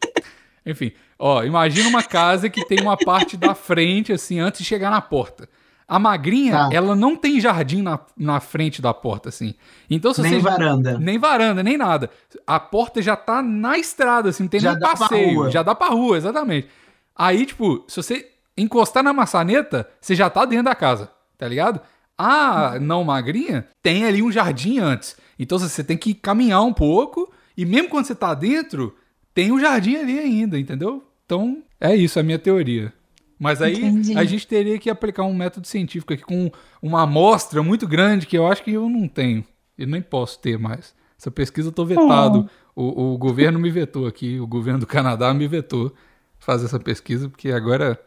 Speaker 3: Enfim, ó, imagina uma casa que tem uma parte da frente, assim, antes de chegar na porta. A magrinha,
Speaker 1: Tá.
Speaker 3: ela não tem jardim na, na frente da porta, assim. Então, se
Speaker 1: Nem
Speaker 3: você.
Speaker 1: varanda.
Speaker 3: Nem varanda, nem nada. A porta já tá na estrada, assim, não tem
Speaker 1: Já
Speaker 3: nem
Speaker 1: dá pra
Speaker 3: passeio.
Speaker 1: rua.
Speaker 3: Já dá pra rua, exatamente. Aí, tipo, se você encostar na maçaneta, você já tá dentro da casa, tá ligado? A não magrinha tem ali um jardim antes. Então você tem que caminhar um pouco. E mesmo quando você tá dentro, tem um jardim ali ainda, entendeu? Então, é isso, é a minha teoria. Mas aí
Speaker 2: Entendi.
Speaker 3: a gente teria que aplicar um método científico aqui com uma amostra muito grande que eu acho que eu não tenho. Eu nem posso ter mais. Essa pesquisa eu tô vetado.
Speaker 1: Ah.
Speaker 3: O, o governo me vetou aqui, o governo do Canadá me vetou fazer essa pesquisa, porque agora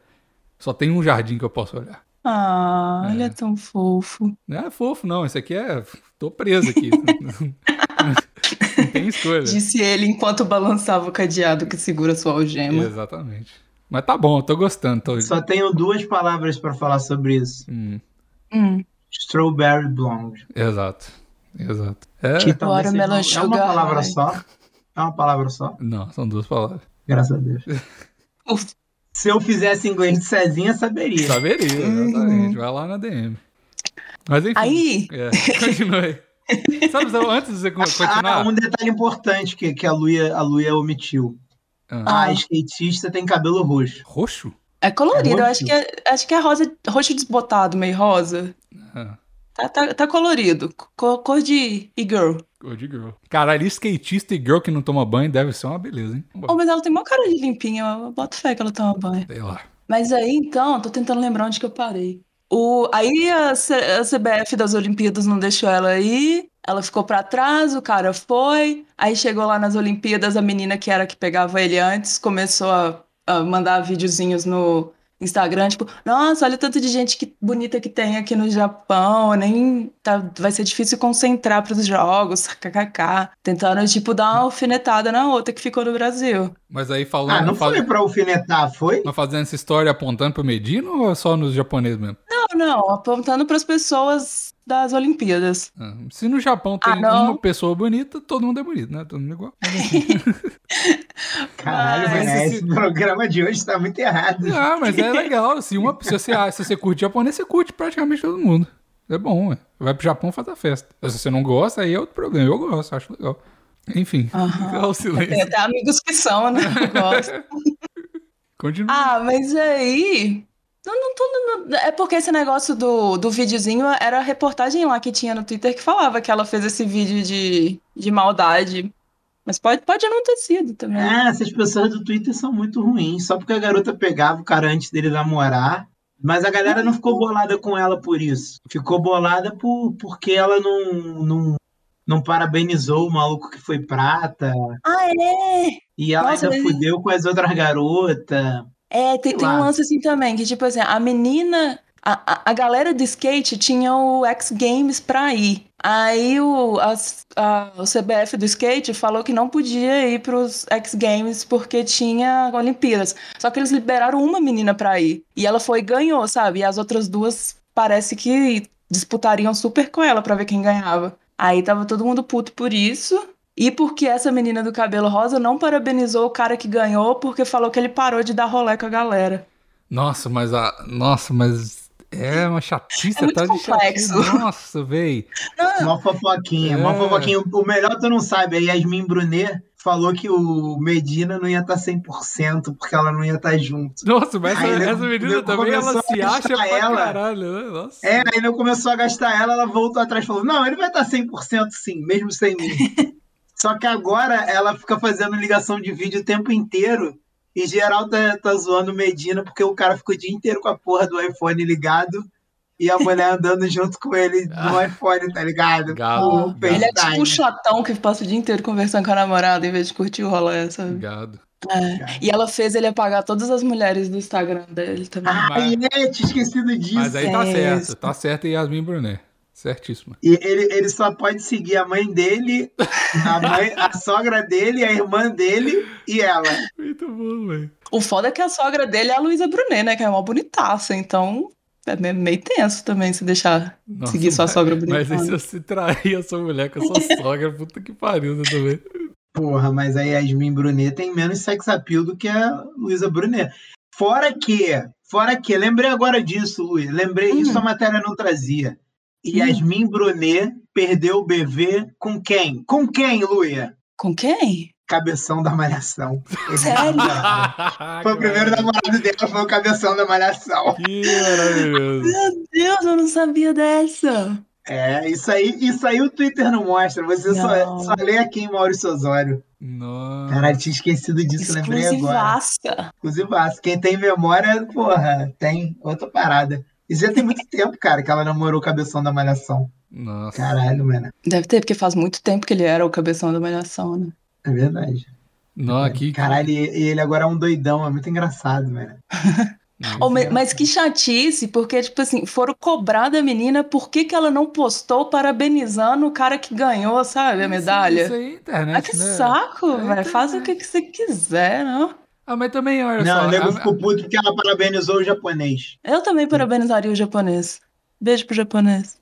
Speaker 3: só tem um jardim que eu posso olhar.
Speaker 2: Ah,
Speaker 3: É.
Speaker 2: ele é tão fofo.
Speaker 3: Não é fofo, não. Isso aqui é. tô preso aqui. não tem escolha.
Speaker 2: Disse ele enquanto balançava o cadeado que segura sua algema.
Speaker 3: Exatamente. Mas tá bom, eu tô gostando. Tô...
Speaker 1: Só tenho duas palavras pra falar sobre isso.
Speaker 3: Hum,
Speaker 2: Hum.
Speaker 1: Strawberry Blonde.
Speaker 3: exato. Exato. É.
Speaker 1: Que talvez seja
Speaker 2: Watermelon
Speaker 1: uma- é uma
Speaker 2: Sugar
Speaker 1: palavra
Speaker 2: High.
Speaker 1: só. É uma palavra só.
Speaker 3: Não, são duas palavras.
Speaker 1: Graças a Deus.
Speaker 2: Uf,
Speaker 1: Se eu fizesse inglês de Cezinha, saberia.
Speaker 3: Saberia,
Speaker 1: Uhum.
Speaker 3: exatamente. Vai lá na DM. Mas enfim.
Speaker 2: Aí,
Speaker 3: É, continua aí. Sabe, Zé, antes de você co-
Speaker 1: Ah,
Speaker 3: continuar.
Speaker 1: um detalhe importante que, que a, Luia, a Luia omitiu.
Speaker 3: Ah,
Speaker 1: Ah,
Speaker 2: Ah.
Speaker 1: skatista tem cabelo roxo.
Speaker 3: roxo?
Speaker 2: é colorido.
Speaker 1: É
Speaker 2: eu acho que é, acho que é rosa, roxo desbotado, meio rosa.
Speaker 3: Ah,
Speaker 2: Tá, tá, tá colorido. Cor, cor de e-girl.
Speaker 3: Gold Girl. Caralho, skatista e girl que não toma banho deve ser uma beleza, hein?
Speaker 2: Oh, mas ela tem mó cara de limpinha. Eu boto fé que ela toma banho.
Speaker 3: Sei lá.
Speaker 2: Mas aí, então, tô tentando lembrar onde que eu parei. O, aí a, C- a CBF das Olimpíadas não deixou ela ir, ela ficou pra trás, o cara foi. Aí chegou lá nas Olimpíadas, a menina que era que pegava ele antes começou a, a mandar videozinhos no Instagram, tipo, nossa, olha o tanto de gente que, bonita que tem aqui no Japão, nem tá, vai ser difícil concentrar pros jogos, kkk. Tentando, tipo, dar uma alfinetada na outra que ficou no Brasil.
Speaker 3: Mas aí
Speaker 1: Ah,
Speaker 3: falando.
Speaker 1: não
Speaker 3: faz-
Speaker 1: foi pra alfinetar, foi?
Speaker 3: mas fazendo essa história apontando pro Medina ou é só nos japoneses mesmo?
Speaker 2: Não, não, apontando pras pessoas das Olimpíadas.
Speaker 3: Ah, Se no Japão tem
Speaker 2: Ah, não.
Speaker 3: uma pessoa bonita, todo mundo é bonito, né? Todo mundo é igual.
Speaker 1: Caralho,
Speaker 2: Mas
Speaker 1: mané,
Speaker 3: esse-
Speaker 1: esse programa de hoje tá muito errado.
Speaker 3: Ah, mas é legal. Se, uma, se, você, ah, se você curte japonês, você curte praticamente todo mundo. É bom, ué. Vai pro Japão faz a festa. Se você não gosta, aí é outro problema. Eu gosto, acho legal. Enfim,
Speaker 1: Ah,
Speaker 2: Aham.
Speaker 3: é o silêncio.
Speaker 2: Tem até amigos que são, né? Eu gosto.
Speaker 3: Continua.
Speaker 2: Ah, mas aí. Não, não, tô- não- é porque esse negócio do, do videozinho era a reportagem lá que tinha no Twitter que falava que ela fez esse vídeo de, de maldade. Mas pode, pode não ter sido também.
Speaker 1: Ah, essas pessoas do Twitter são muito ruins. Só porque a garota pegava o cara antes dele namorar. Mas a galera não ficou bolada com ela por isso. Ficou bolada por, porque ela não, não, não parabenizou o maluco que foi prata.
Speaker 2: Ah, é!
Speaker 1: E ela
Speaker 2: Nossa,
Speaker 1: ainda
Speaker 2: mas-
Speaker 1: fudeu com as outras garotas.
Speaker 2: É, tem, tem um
Speaker 1: Claro.
Speaker 2: lance assim também, que tipo assim, a menina. A, a, a galera do skate tinha o X Games pra ir. Aí o, as- a- o CBF do skate falou que não podia ir pros X Games porque tinha Olimpíadas. Só que eles liberaram uma menina pra ir. E ela foi e ganhou, sabe? E as outras duas parece que disputariam super com ela pra ver quem ganhava. Aí tava todo mundo puto por isso. E porque essa menina do cabelo rosa não parabenizou o cara que ganhou porque falou que ele parou de dar rolê com a galera.
Speaker 3: Nossa, mas a. Nossa, mas. É uma chatice
Speaker 2: É muito
Speaker 3: atrás de chatice.
Speaker 2: complexo.
Speaker 3: Nossa, véi.
Speaker 1: Mó fofoquinha, mó
Speaker 3: É.
Speaker 1: fofoquinha. O melhor tu não sabe, a Yasmin Brunet falou que o Medina não ia tá estar 100% porque ela não ia estar junto.
Speaker 3: Nossa, mas
Speaker 1: Aí
Speaker 3: essa,
Speaker 1: ele-
Speaker 3: essa menina
Speaker 1: ele
Speaker 3: também, ela
Speaker 1: começou
Speaker 3: se
Speaker 1: a
Speaker 3: acha pra
Speaker 1: achar ela.
Speaker 3: caralho, né? Nossa.
Speaker 1: É, aí não começou a gastar ela, ela voltou atrás e falou: Não, ele vai estar 100% sim, mesmo sem mim. Só que agora ela fica fazendo ligação de vídeo o tempo inteiro e geral tá, tá zoando o Medina porque o cara fica o dia inteiro com a porra do iPhone ligado e a mulher andando junto com ele no
Speaker 3: Ah.
Speaker 1: iPhone, tá ligado?
Speaker 3: Galo,
Speaker 1: Por
Speaker 3: galo.
Speaker 2: Ele é
Speaker 1: FaceTime.
Speaker 2: tipo um chatão que passa o dia inteiro conversando com a namorada em vez de curtir o rolê, sabe?
Speaker 3: Obrigado.
Speaker 2: É. E ela fez ele apagar todas as mulheres do Instagram dele também.
Speaker 1: Ai, é, tinha esquecido disso.
Speaker 3: Mas aí tá
Speaker 2: é
Speaker 3: certo,
Speaker 2: isso.
Speaker 3: tá certo e Yasmin Brunet. Certíssima.
Speaker 1: E ele, ele só pode seguir a mãe dele, a, mãe- a sogra dele, a irmã dele e ela.
Speaker 3: Muito bom, velho.
Speaker 2: O foda é que a sogra dele é a Luísa Brunet, né? Que é uma bonitaça, então é me- meio tenso também se deixar
Speaker 3: Nossa,
Speaker 2: seguir sua sogra bonita.
Speaker 3: Mas aí se você trair a sua mulher com a sua sogra, puta que pariu, você também.
Speaker 1: Porra, mas a Yasmin Brunet tem menos sex appeal do que a Luísa Brunet. Fora que, fora que, lembrei agora disso, Luiz. Lembrei,
Speaker 2: Hum.
Speaker 1: isso a matéria não trazia. Yasmin Brunet perdeu o bebê com quem? Com quem, Luia?
Speaker 2: Com quem?
Speaker 1: Cabeção da Malhação.
Speaker 2: Sério?
Speaker 3: Ah,
Speaker 1: Foi o primeiro namorado dela, foi o Cabeção da Malhação.
Speaker 3: Que maravilhoso.
Speaker 2: Meu Deus, eu não sabia dessa.
Speaker 1: É, isso aí, isso aí o Twitter não mostra. Você só,
Speaker 2: Não.
Speaker 1: só lê aqui em Maurício Osório.
Speaker 3: Nossa.
Speaker 1: Caralho, tinha esquecido disso, lembrei agora.
Speaker 2: Exclusivaça.
Speaker 1: Exclusivaço. Quem tem memória, porra, tem outra parada. Isso já tem muito tempo, cara, que ela namorou o cabeção da malhação.
Speaker 3: Nossa.
Speaker 1: Caralho, mano.
Speaker 2: Deve ter, porque faz muito tempo que ele era o cabeção da malhação, né?
Speaker 1: É verdade.
Speaker 3: Não, aqui.
Speaker 1: Caralho, e e ele agora é um doidão, é muito engraçado, mano.
Speaker 2: Ô, me-
Speaker 3: Uhum.
Speaker 2: mas que chatice, porque, tipo assim, foram cobrar da menina por que, que ela não postou parabenizando o cara que ganhou, sabe, a medalha.
Speaker 3: Isso aí é internet,
Speaker 2: Ah, que
Speaker 3: né?
Speaker 2: saco,
Speaker 3: É
Speaker 2: velho. Faz o que, que você quiser, não?
Speaker 3: Ah, mas também, olha
Speaker 1: Não, o nego
Speaker 3: só. a-
Speaker 1: ficou puto porque ela parabenizou o japonês.
Speaker 2: Eu também parabenizaria o japonês. Beijo pro japonês.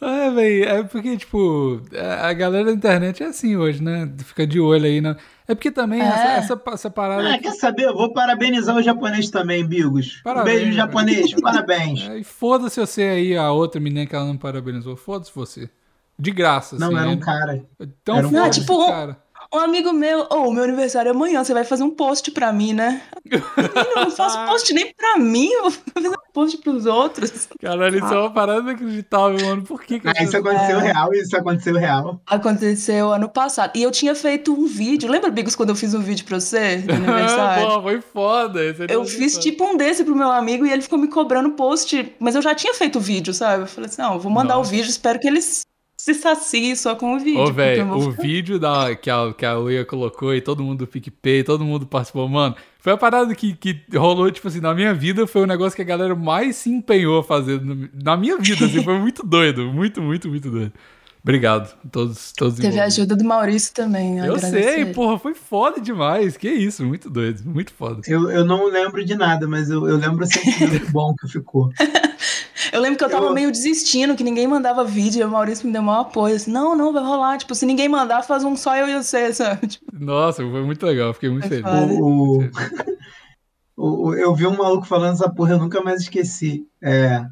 Speaker 3: É, velho, é porque, tipo, a a galera da internet é assim hoje, né? Fica de olho aí, né? É porque também
Speaker 2: É.
Speaker 3: Essa, essa, essa parada. é
Speaker 1: Ah, quer saber? Eu vou parabenizar o japonês também, Bigos.
Speaker 3: Parabéns,
Speaker 1: Beijo,
Speaker 3: cara.
Speaker 1: japonês. Parabéns.
Speaker 3: É, e foda-se você aí, a outra menina que ela não parabenizou. Foda-se você. De graça,
Speaker 1: Não,
Speaker 3: assim.
Speaker 1: era
Speaker 3: né?
Speaker 1: um cara.
Speaker 3: Então
Speaker 1: era um
Speaker 3: foda-se,
Speaker 2: cara. Não, tipo,
Speaker 3: cara.
Speaker 2: Um amigo meu, ô, meu aniversário é amanhã, você vai fazer um post pra mim, né? Menino, eu não faço post nem pra mim, eu vou fazer um post pros outros.
Speaker 3: Caralho, isso é uma parada inacreditável, mano. Por que que
Speaker 1: Ah, isso aconteceu real, isso aconteceu real.
Speaker 2: Aconteceu ano passado. E eu tinha feito um vídeo. Lembra, Bigos, quando eu fiz um vídeo pra você do aniversário?
Speaker 3: Ah, Pô, foi foda. é esse
Speaker 2: Eu
Speaker 3: aniversário.
Speaker 2: fiz tipo um desse pro meu amigo e ele ficou me cobrando post, mas eu já tinha feito o vídeo, sabe? Eu falei assim, não, eu vou mandar
Speaker 3: Nossa.
Speaker 2: o vídeo, espero que eles se saciem só com o vídeo. então
Speaker 3: Ô,
Speaker 2: porque eu
Speaker 3: velho,
Speaker 2: vou
Speaker 3: o
Speaker 2: ficar-
Speaker 3: vídeo da, que a, que a Leia colocou e todo mundo do PicPay, todo mundo participou, mano. Foi a parada que, que rolou, tipo assim, na minha vida foi o negócio que a galera mais se empenhou a fazer. no- na minha vida, assim, foi muito doido. Muito, muito, muito doido. Obrigado a todos, todos
Speaker 2: Teve a
Speaker 3: envolvidos.
Speaker 2: ajuda do Maurício também.
Speaker 3: Eu
Speaker 2: né? agradecer
Speaker 3: sei,
Speaker 2: ele.
Speaker 3: porra, foi foda demais. Que isso, muito doido, muito foda.
Speaker 1: Eu, eu não lembro de nada, mas eu, eu lembro o sentimento bom que ficou.
Speaker 2: Eu lembro que eu tava
Speaker 1: Eu-
Speaker 2: meio desistindo, que ninguém mandava vídeo, e o Maurício me deu maior apoio. Assim, não, não, vai rolar. Tipo, se ninguém mandar, faz um só eu e você, sabe? Tipo,
Speaker 3: Nossa, foi muito legal, fiquei muito
Speaker 2: Foi
Speaker 3: feliz.
Speaker 2: foda.
Speaker 1: O, o- o- eu vi um maluco falando essa porra, eu nunca mais esqueci. É,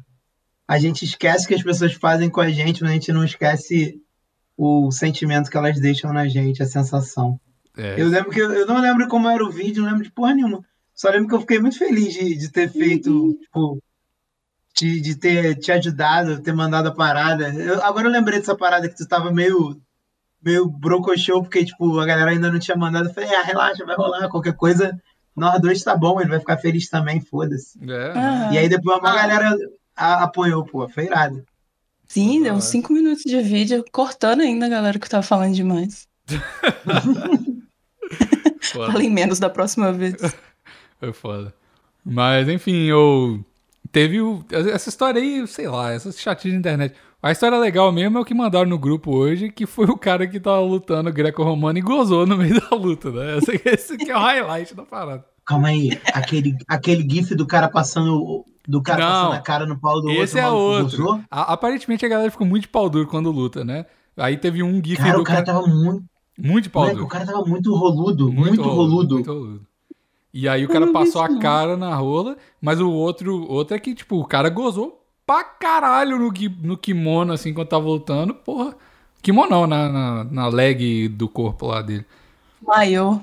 Speaker 1: a gente esquece o que as pessoas fazem com a gente, mas a gente não esquece o sentimento que elas deixam na gente, a sensação.
Speaker 3: É.
Speaker 1: Eu lembro que eu, eu não lembro como era o vídeo, não lembro de porra nenhuma. Só lembro que eu fiquei muito feliz de, de ter feito, tipo, de, de ter te ajudado, ter mandado a parada. Eu- agora eu lembrei dessa parada que tu tava meio, meio brocochô, porque, tipo, a galera ainda não tinha mandado. Eu falei, ah, relaxa, vai rolar, qualquer coisa, nós dois tá bom, ele vai ficar feliz também, foda-se.
Speaker 3: É,
Speaker 2: ah.
Speaker 1: E aí depois uma
Speaker 2: Ah.
Speaker 1: galera a- apoiou, pô, foi irado.
Speaker 2: Sim,
Speaker 3: Ah,
Speaker 2: deu
Speaker 3: é.
Speaker 2: uns cinco minutos de vídeo, cortando ainda a galera que tava falando demais.
Speaker 3: foda.
Speaker 2: Falei menos da próxima vez.
Speaker 3: Foi É foda. Mas, enfim, eu. Teve o- essa história aí, sei lá, essas chatinhas de internet. A história legal mesmo é o que mandaram no grupo hoje, que foi o cara que tava lutando greco-romano e gozou no meio da luta, né? Esse, esse que é o highlight da parada.
Speaker 1: Calma aí, aquele, aquele gif do cara passando. Do cara
Speaker 3: Não.
Speaker 1: passando a cara no pau do outro.
Speaker 3: Esse é
Speaker 1: o maluco gozou.
Speaker 3: outro. A- aparentemente a galera ficou muito de pau duro quando luta, né? Aí teve um gif
Speaker 1: Cara,
Speaker 3: do
Speaker 1: o cara tava muito.
Speaker 3: Muito de pau
Speaker 1: Moleque,
Speaker 3: duro.
Speaker 1: o cara tava muito roludo, muito, roludo.
Speaker 3: muito roludo. E aí o cara
Speaker 2: não vi
Speaker 3: passou
Speaker 2: isso,
Speaker 3: a
Speaker 2: não.
Speaker 3: cara na rola, mas o outro, outro é que, tipo, o cara gozou pra caralho no, ki- no kimono, assim, quando tava voltando. Porra, kimono não, na, na, na leg do corpo lá dele.
Speaker 2: Maiô,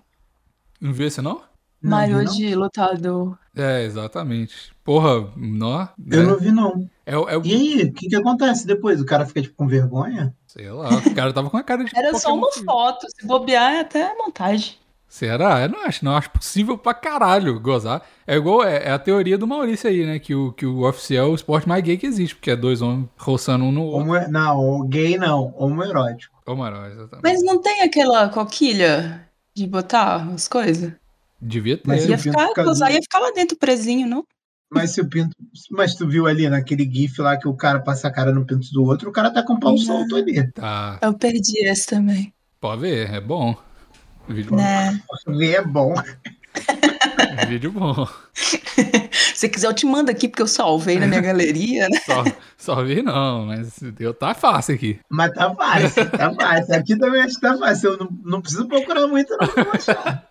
Speaker 3: Não viu esse, não?
Speaker 1: Não,
Speaker 2: maiô
Speaker 1: não?
Speaker 2: de lutador.
Speaker 3: É, exatamente. Porra, nó.
Speaker 1: Eu
Speaker 3: né?
Speaker 1: não vi, não.
Speaker 3: É, o- é, o-
Speaker 1: E aí, o que que acontece depois? O cara fica, tipo, com vergonha?
Speaker 3: sei lá, o cara tava com a cara de
Speaker 2: Era só
Speaker 3: Pokémon
Speaker 2: uma
Speaker 3: Fio.
Speaker 2: foto, se bobear é até montagem.
Speaker 3: Será? Eu não acho, não. Acho possível pra caralho gozar. É igual é, é a teoria do Maurício aí, né? Que o, que o oficial é o esporte mais gay que existe, porque é dois homens roçando um no outro.
Speaker 1: Homo, não, gay não, homoerótico.
Speaker 3: Homoerótico, exatamente.
Speaker 2: Mas não tem aquela coquilha de botar as coisas?
Speaker 3: Devia ter.
Speaker 1: Mas
Speaker 2: Ia
Speaker 1: o
Speaker 2: ficar,
Speaker 1: Pinto fica-
Speaker 2: gozar, ia ficar lá dentro presinho, não?
Speaker 1: Mas se o pinto. Mas tu viu ali naquele GIF lá que o cara passa a cara no pinto do outro, o cara tá com o pau
Speaker 2: Não.
Speaker 1: solto ali.
Speaker 3: Tá,
Speaker 2: Eu perdi esse também.
Speaker 3: pode ver, é bom. Vídeo,
Speaker 2: Né?
Speaker 1: Vê é bom.
Speaker 3: vídeo bom.
Speaker 2: Se você quiser, eu te mando aqui, porque eu salvei na minha galeria, né?
Speaker 3: Só, só vi não, mas eu tá fácil aqui.
Speaker 1: Mas tá fácil, tá fácil. Aqui também acho que tá fácil. Eu não, não preciso procurar muito, não, pra eu achar.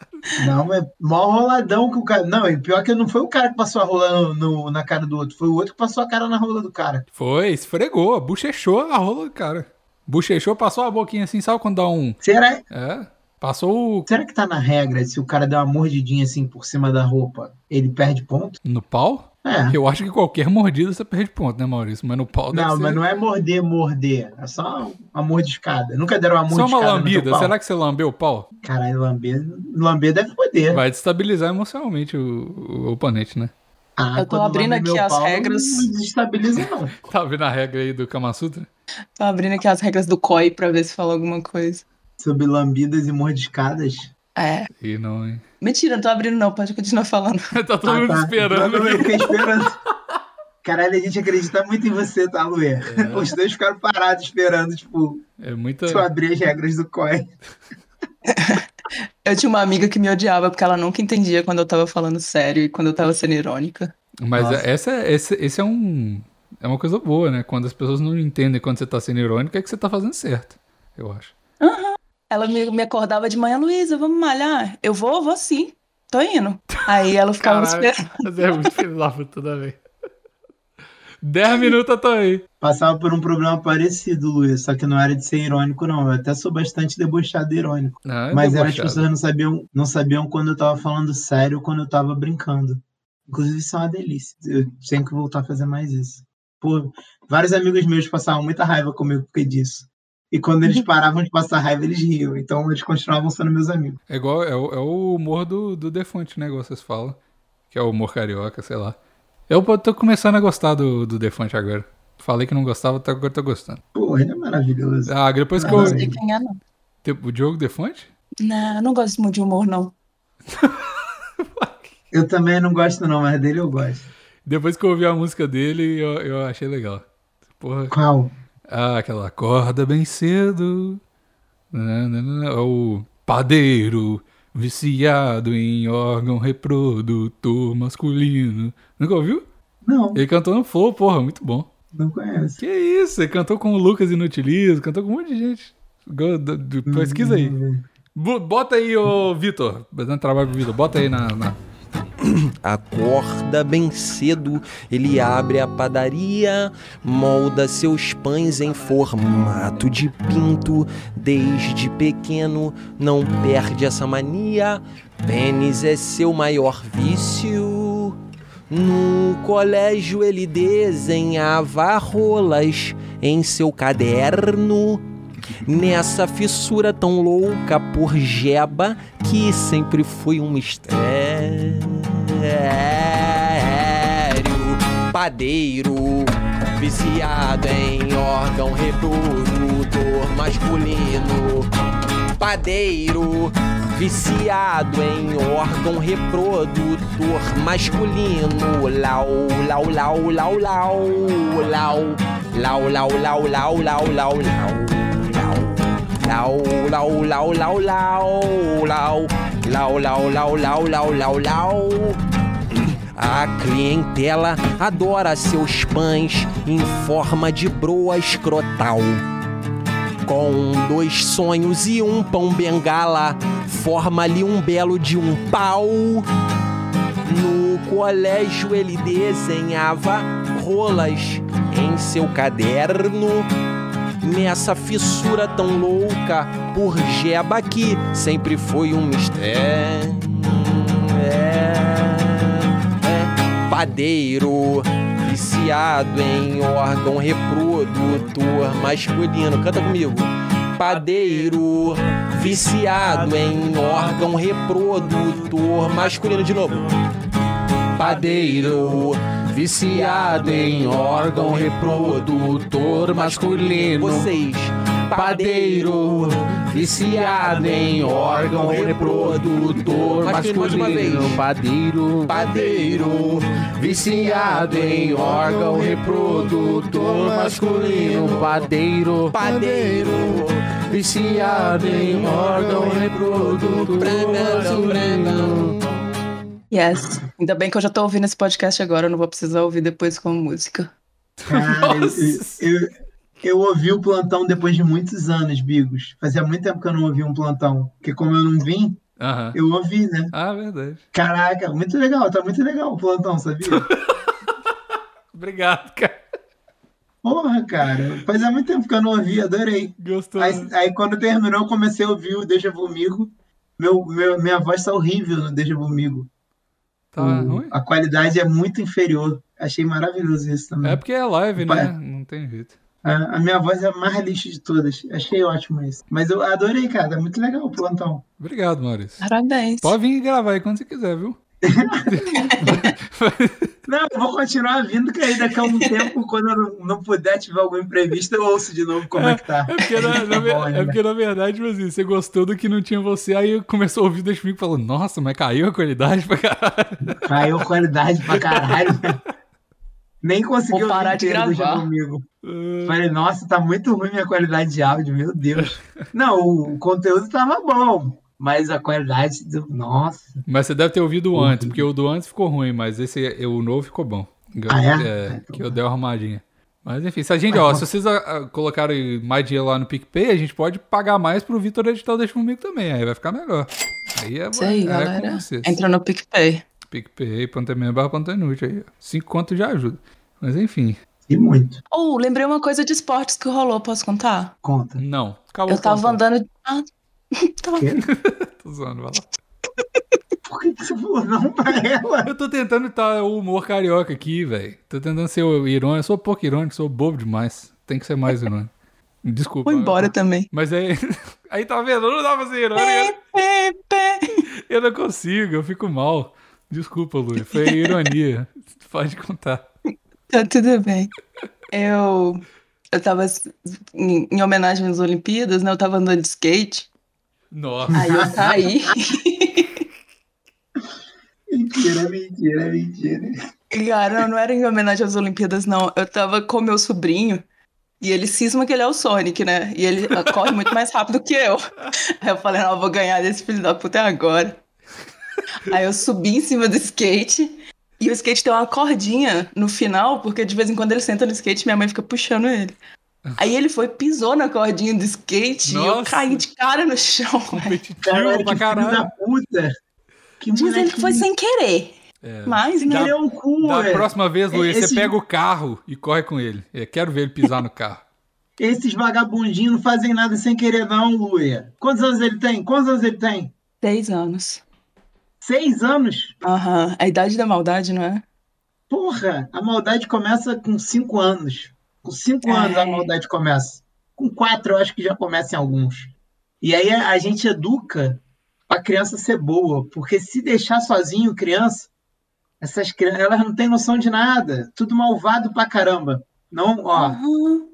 Speaker 1: Não, mas mó roladão que o cara. Não, e pior que não foi o cara que passou a rola no- no- na cara do outro, foi o outro que passou a cara na rola do cara.
Speaker 3: Foi, esfregou, bochechou a rola do cara. Bochechou, passou a boquinha assim, sabe quando dá um.
Speaker 1: Será,
Speaker 3: É, passou o.
Speaker 1: será que tá na regra se o cara der uma mordidinha assim por cima da roupa, ele perde ponto?
Speaker 3: no pau?
Speaker 1: É.
Speaker 3: Eu acho que qualquer mordida você perde ponto, né, Maurício? Mas no pau deve
Speaker 1: Não,
Speaker 3: ser.
Speaker 1: mas não é morder, morder. É só uma mordiscada. Nunca deram uma
Speaker 3: Só
Speaker 1: mordiscada.
Speaker 3: uma lambida,
Speaker 1: será
Speaker 3: será que você lambeu o pau?
Speaker 1: que. Caralho, é lamber, lamber deve poder.
Speaker 3: Vai destabilizar emocionalmente o, o oponente, né?
Speaker 1: Ah,
Speaker 2: Eu tô
Speaker 1: quando
Speaker 2: abrindo
Speaker 1: lambe
Speaker 2: aqui
Speaker 1: meu
Speaker 2: as regras.
Speaker 1: Não desestabiliza, não.
Speaker 3: Tá vendo a regra aí do Kama Sutra?
Speaker 2: Tô abrindo aqui as regras do COI pra ver se fala alguma coisa.
Speaker 1: Sobre lambidas e mordiscadas.
Speaker 2: É.
Speaker 3: E não, hein?
Speaker 2: Mentira, não tô abrindo, não. Pode continuar falando.
Speaker 3: tá todo mundo
Speaker 1: Ah, tá.
Speaker 3: esperando.
Speaker 1: Todo mundo
Speaker 3: aqui.
Speaker 1: fica esperando. Caralho, a gente acredita muito em você, tá, Luê? Os dois ficaram parados esperando, tipo,
Speaker 3: É muita.
Speaker 1: tu abrir as regras do COI.
Speaker 2: Eu tinha uma amiga que me odiava porque ela nunca entendia quando eu tava falando sério e quando eu tava sendo irônica.
Speaker 3: Mas
Speaker 1: Nossa.
Speaker 3: essa, esse, esse é um. É uma coisa boa, né? Quando as pessoas não entendem quando você tá sendo irônico, é que você tá fazendo certo. Eu acho.
Speaker 2: Ela me, me acordava de manhã, Luísa, vamos malhar? Eu vou, vou sim. Tô indo. Aí ela ficava me
Speaker 3: Caralho.
Speaker 2: esperando.
Speaker 3: Mas é muito filho da puta também. 10 minutos eu tô aí.
Speaker 1: Passava por um problema parecido, Luê, só que não era de ser irônico, não. Eu até sou bastante debochado e irônico.
Speaker 3: Não, é
Speaker 1: Mas era tipo, as pessoas
Speaker 3: debochado.
Speaker 1: não sabiam, não sabiam quando eu tava falando sério ou quando eu tava brincando. Inclusive, isso é uma delícia. Eu tenho que voltar a fazer mais isso. Pô, vários amigos meus passavam muita raiva comigo por causa disso. E quando eles paravam de passar raiva, eles riam. Então eles continuavam sendo meus amigos.
Speaker 3: É igual. É o, é o humor do, do Defante, né? Igual vocês falam. Que é o humor carioca, sei lá. Eu pô, tô começando a gostar do, do Defante agora. Falei que não gostava, até agora tô gostando.
Speaker 1: Pô, ele é maravilhoso.
Speaker 3: Ah, depois que
Speaker 1: Não
Speaker 2: Não
Speaker 1: sei
Speaker 2: sei
Speaker 3: eu.
Speaker 2: quem é, não.
Speaker 3: O Diogo Defante?
Speaker 2: Não, eu não gosto muito de humor, não.
Speaker 1: Eu também não gosto, não, mas dele eu gosto.
Speaker 3: Depois que eu ouvi a música dele, eu, eu achei legal. Porra.
Speaker 1: Qual?
Speaker 3: Ah, aquela acorda bem cedo. Nananana, é O padeiro viciado em órgão reprodutor masculino. Nunca ouviu?
Speaker 1: Não,
Speaker 3: Ele cantou no Flow, porra, muito bom.
Speaker 1: não conheço.
Speaker 3: Que isso, ele cantou com o Lucas Inutilizo, cantou com um monte de gente. Go- do- do- Pesquisa
Speaker 1: É,
Speaker 3: aí. Bu- Bota aí, ô Vitor. Dando trabalho pro Vitor, bota aí na. na-
Speaker 5: Acorda bem cedo, ele abre a padaria, molda seus pães em formato de pinto. Desde pequeno, não perde essa mania. Pênis é seu maior vício. No colégio, ele desenhava rolas em seu caderno. Nessa fissura tão louca por jeba que sempre foi um mistério. Padeiro, viciado em órgão reprodutor masculino. Padeiro, viciado em órgão reprodutor masculino. Lau, lau, lau, lau, lau, lau, lau, lau, lau, lau, lau, lau, lau. Lau, lau, lau, lau, lau, lau, lau, lau, lau, lau, lau, lau, lau. A clientela adora seus pães em forma de broa escrotal. Com dois sonhos e um pão bengala, forma-lhe um belo de um pau. No colégio ele desenhava rolas em seu caderno. Nessa fissura tão louca por jeba que sempre foi um mistério. É, é. Padeiro, viciado em órgão reprodutor masculino. Canta comigo. padeiro, viciado em órgão reprodutor masculino de novo. Padeiro, viciado em órgão reprodutor masculino. Vocês, padeiro, viciado em órgão reprodutor masculino. Padeiro, padeiro, viciado em órgão reprodutor masculino. Padeiro, padeiro, viciado em
Speaker 3: um
Speaker 5: órgão reprodutor masculino.
Speaker 2: Yes. Ainda bem que eu já tô ouvindo esse podcast agora, eu não vou precisar ouvir depois com música.
Speaker 1: Cara,
Speaker 3: Nossa.
Speaker 1: eu, eu, eu ouvi o plantão depois de muitos anos, Bigos. Fazia muito tempo que eu não ouvi um plantão. Porque como eu não vim,
Speaker 3: Aham.
Speaker 1: eu ouvi, né?
Speaker 3: Ah, verdade.
Speaker 1: Caraca, muito legal, tá muito legal o plantão, sabia?
Speaker 3: Obrigado, cara.
Speaker 1: Porra, cara. Fazia muito tempo que eu não ouvi, adorei.
Speaker 3: Gostou?
Speaker 1: Aí,
Speaker 3: né?
Speaker 1: aí quando terminou, eu comecei a ouvir o Deixa Vomigo. Meu, meu, minha voz tá horrível no Deixa Vomigo.
Speaker 3: Tá
Speaker 1: O-
Speaker 3: ruim?
Speaker 1: A qualidade é muito inferior. Achei maravilhoso isso também.
Speaker 3: É porque é live, né?
Speaker 1: Pai.
Speaker 3: Não tem jeito.
Speaker 1: A, a minha voz é a mais lixo de todas. Achei ótimo isso. Mas eu adorei, cara. É muito legal o plantão.
Speaker 3: Obrigado, Maurício.
Speaker 2: Parabéns.
Speaker 3: Pode vir gravar aí quando você quiser, viu?
Speaker 1: Não, eu vou continuar vindo, que aí daqui a um tempo, quando eu não- não puder, tiver algum imprevisto, eu ouço de novo como é que tá.
Speaker 3: É porque, na, na ver-
Speaker 1: Bom, né?
Speaker 3: é porque, na verdade, tipo assim, você gostou do que não tinha você, aí começou a ouvir das comigo falando, nossa, mas caiu a qualidade pra caralho.
Speaker 1: Caiu a qualidade pra caralho. Nem consegui
Speaker 2: Vou parar
Speaker 1: ouvir
Speaker 2: de
Speaker 1: inteiro do
Speaker 2: gravar.
Speaker 1: Jogo comigo.
Speaker 3: Ah.
Speaker 1: Falei, nossa, tá muito ruim minha qualidade de áudio, meu Deus. Não, o conteúdo tava bom, mas a qualidade do. Nossa.
Speaker 3: Mas você deve ter
Speaker 2: Uhum.
Speaker 3: ouvido o antes, porque o do antes ficou ruim, mas esse, o novo ficou bom.
Speaker 1: Ah, é?
Speaker 3: É,
Speaker 2: então
Speaker 3: que eu
Speaker 2: tá.
Speaker 3: dei uma arrumadinha. Mas enfim, se a gente, ó, se vocês ah, ah, colocarem mais dinheiro lá no PicPay, a gente pode pagar mais pro Vitor editar o Deixa Comigo também, aí vai ficar melhor. Aí é,
Speaker 2: Isso aí,
Speaker 3: é
Speaker 2: galera.
Speaker 3: com vocês.
Speaker 2: Entra no PicPay.
Speaker 3: PicPay, Pantamia barra Pantanute aí. ó. Cinco conto já ajuda. Mas enfim,
Speaker 1: E muito.
Speaker 2: Ou lembrei uma coisa de esportes que rolou, posso contar?
Speaker 1: Conta.
Speaker 3: não. Acabou
Speaker 2: Tá. Eu
Speaker 3: o
Speaker 2: tava
Speaker 3: plantão.
Speaker 2: andando. Ah, tava...
Speaker 1: Quê?
Speaker 3: Tô zoando, vai lá.
Speaker 1: Por que que você falou não pra ela?
Speaker 3: Eu tô tentando estar o humor carioca aqui, velho. Tô tentando ser o irônico. Eu sou pouco irônico, sou bobo demais. Tem que ser mais irônico. Desculpa.
Speaker 2: Vou embora também.
Speaker 3: Mas aí. Aí tá vendo? Não dá pra ser irônico.
Speaker 2: Pé, pé, pé.
Speaker 3: Eu não consigo, eu fico mal. Desculpa, Lu. Foi ironia. Pode contar.
Speaker 2: Tá tudo bem. Eu, eu tava em, em homenagem às Olimpíadas, né? Eu tava andando de skate.
Speaker 3: Nossa.
Speaker 2: Aí eu caí.
Speaker 1: Mentira, mentira, mentira.
Speaker 2: Cara, não, não era em homenagem às Olimpíadas, não. Eu tava com meu sobrinho e ele cisma que ele é o Sonic, né? E ele ah, corre muito mais rápido que eu. Aí eu falei, não, eu vou ganhar desse filho da puta é agora. Aí eu subi em cima do skate e o skate tem uma cordinha no final, porque de vez em quando ele senta no skate e minha mãe fica puxando ele. Aí ele foi, pisou na cordinha do skate e eu
Speaker 3: Nossa.
Speaker 2: caí de cara no chão. velho.
Speaker 1: Caralho,
Speaker 2: é
Speaker 1: que
Speaker 3: Competitivo
Speaker 1: filho
Speaker 3: pra
Speaker 1: da
Speaker 3: caralho.
Speaker 1: puta. Que
Speaker 2: Diz ele que foi sem querer.
Speaker 3: É.
Speaker 2: Mas, né?
Speaker 1: Ele é um cu,
Speaker 3: Da
Speaker 1: ué.
Speaker 3: próxima vez, Lu,
Speaker 2: É,
Speaker 1: Esse-
Speaker 3: você pega o carro e corre com ele. Eu quero ver ele pisar no carro.
Speaker 1: Esses vagabundinhos não fazem nada sem querer, não, Luia. Quantos anos ele tem? Quantos anos ele tem?
Speaker 2: Seis anos.
Speaker 1: Seis anos?
Speaker 2: Aham, a idade da maldade, não é?
Speaker 1: Porra, a maldade começa com cinco anos. Com cinco
Speaker 2: É.
Speaker 1: anos a maldade começa. Com quatro, eu acho que já começa em alguns. E aí a a gente educa a criança ser boa, porque se deixar sozinho criança, essas crianças, elas não têm noção de nada. Tudo malvado pra caramba. Não, ó.
Speaker 2: Aham.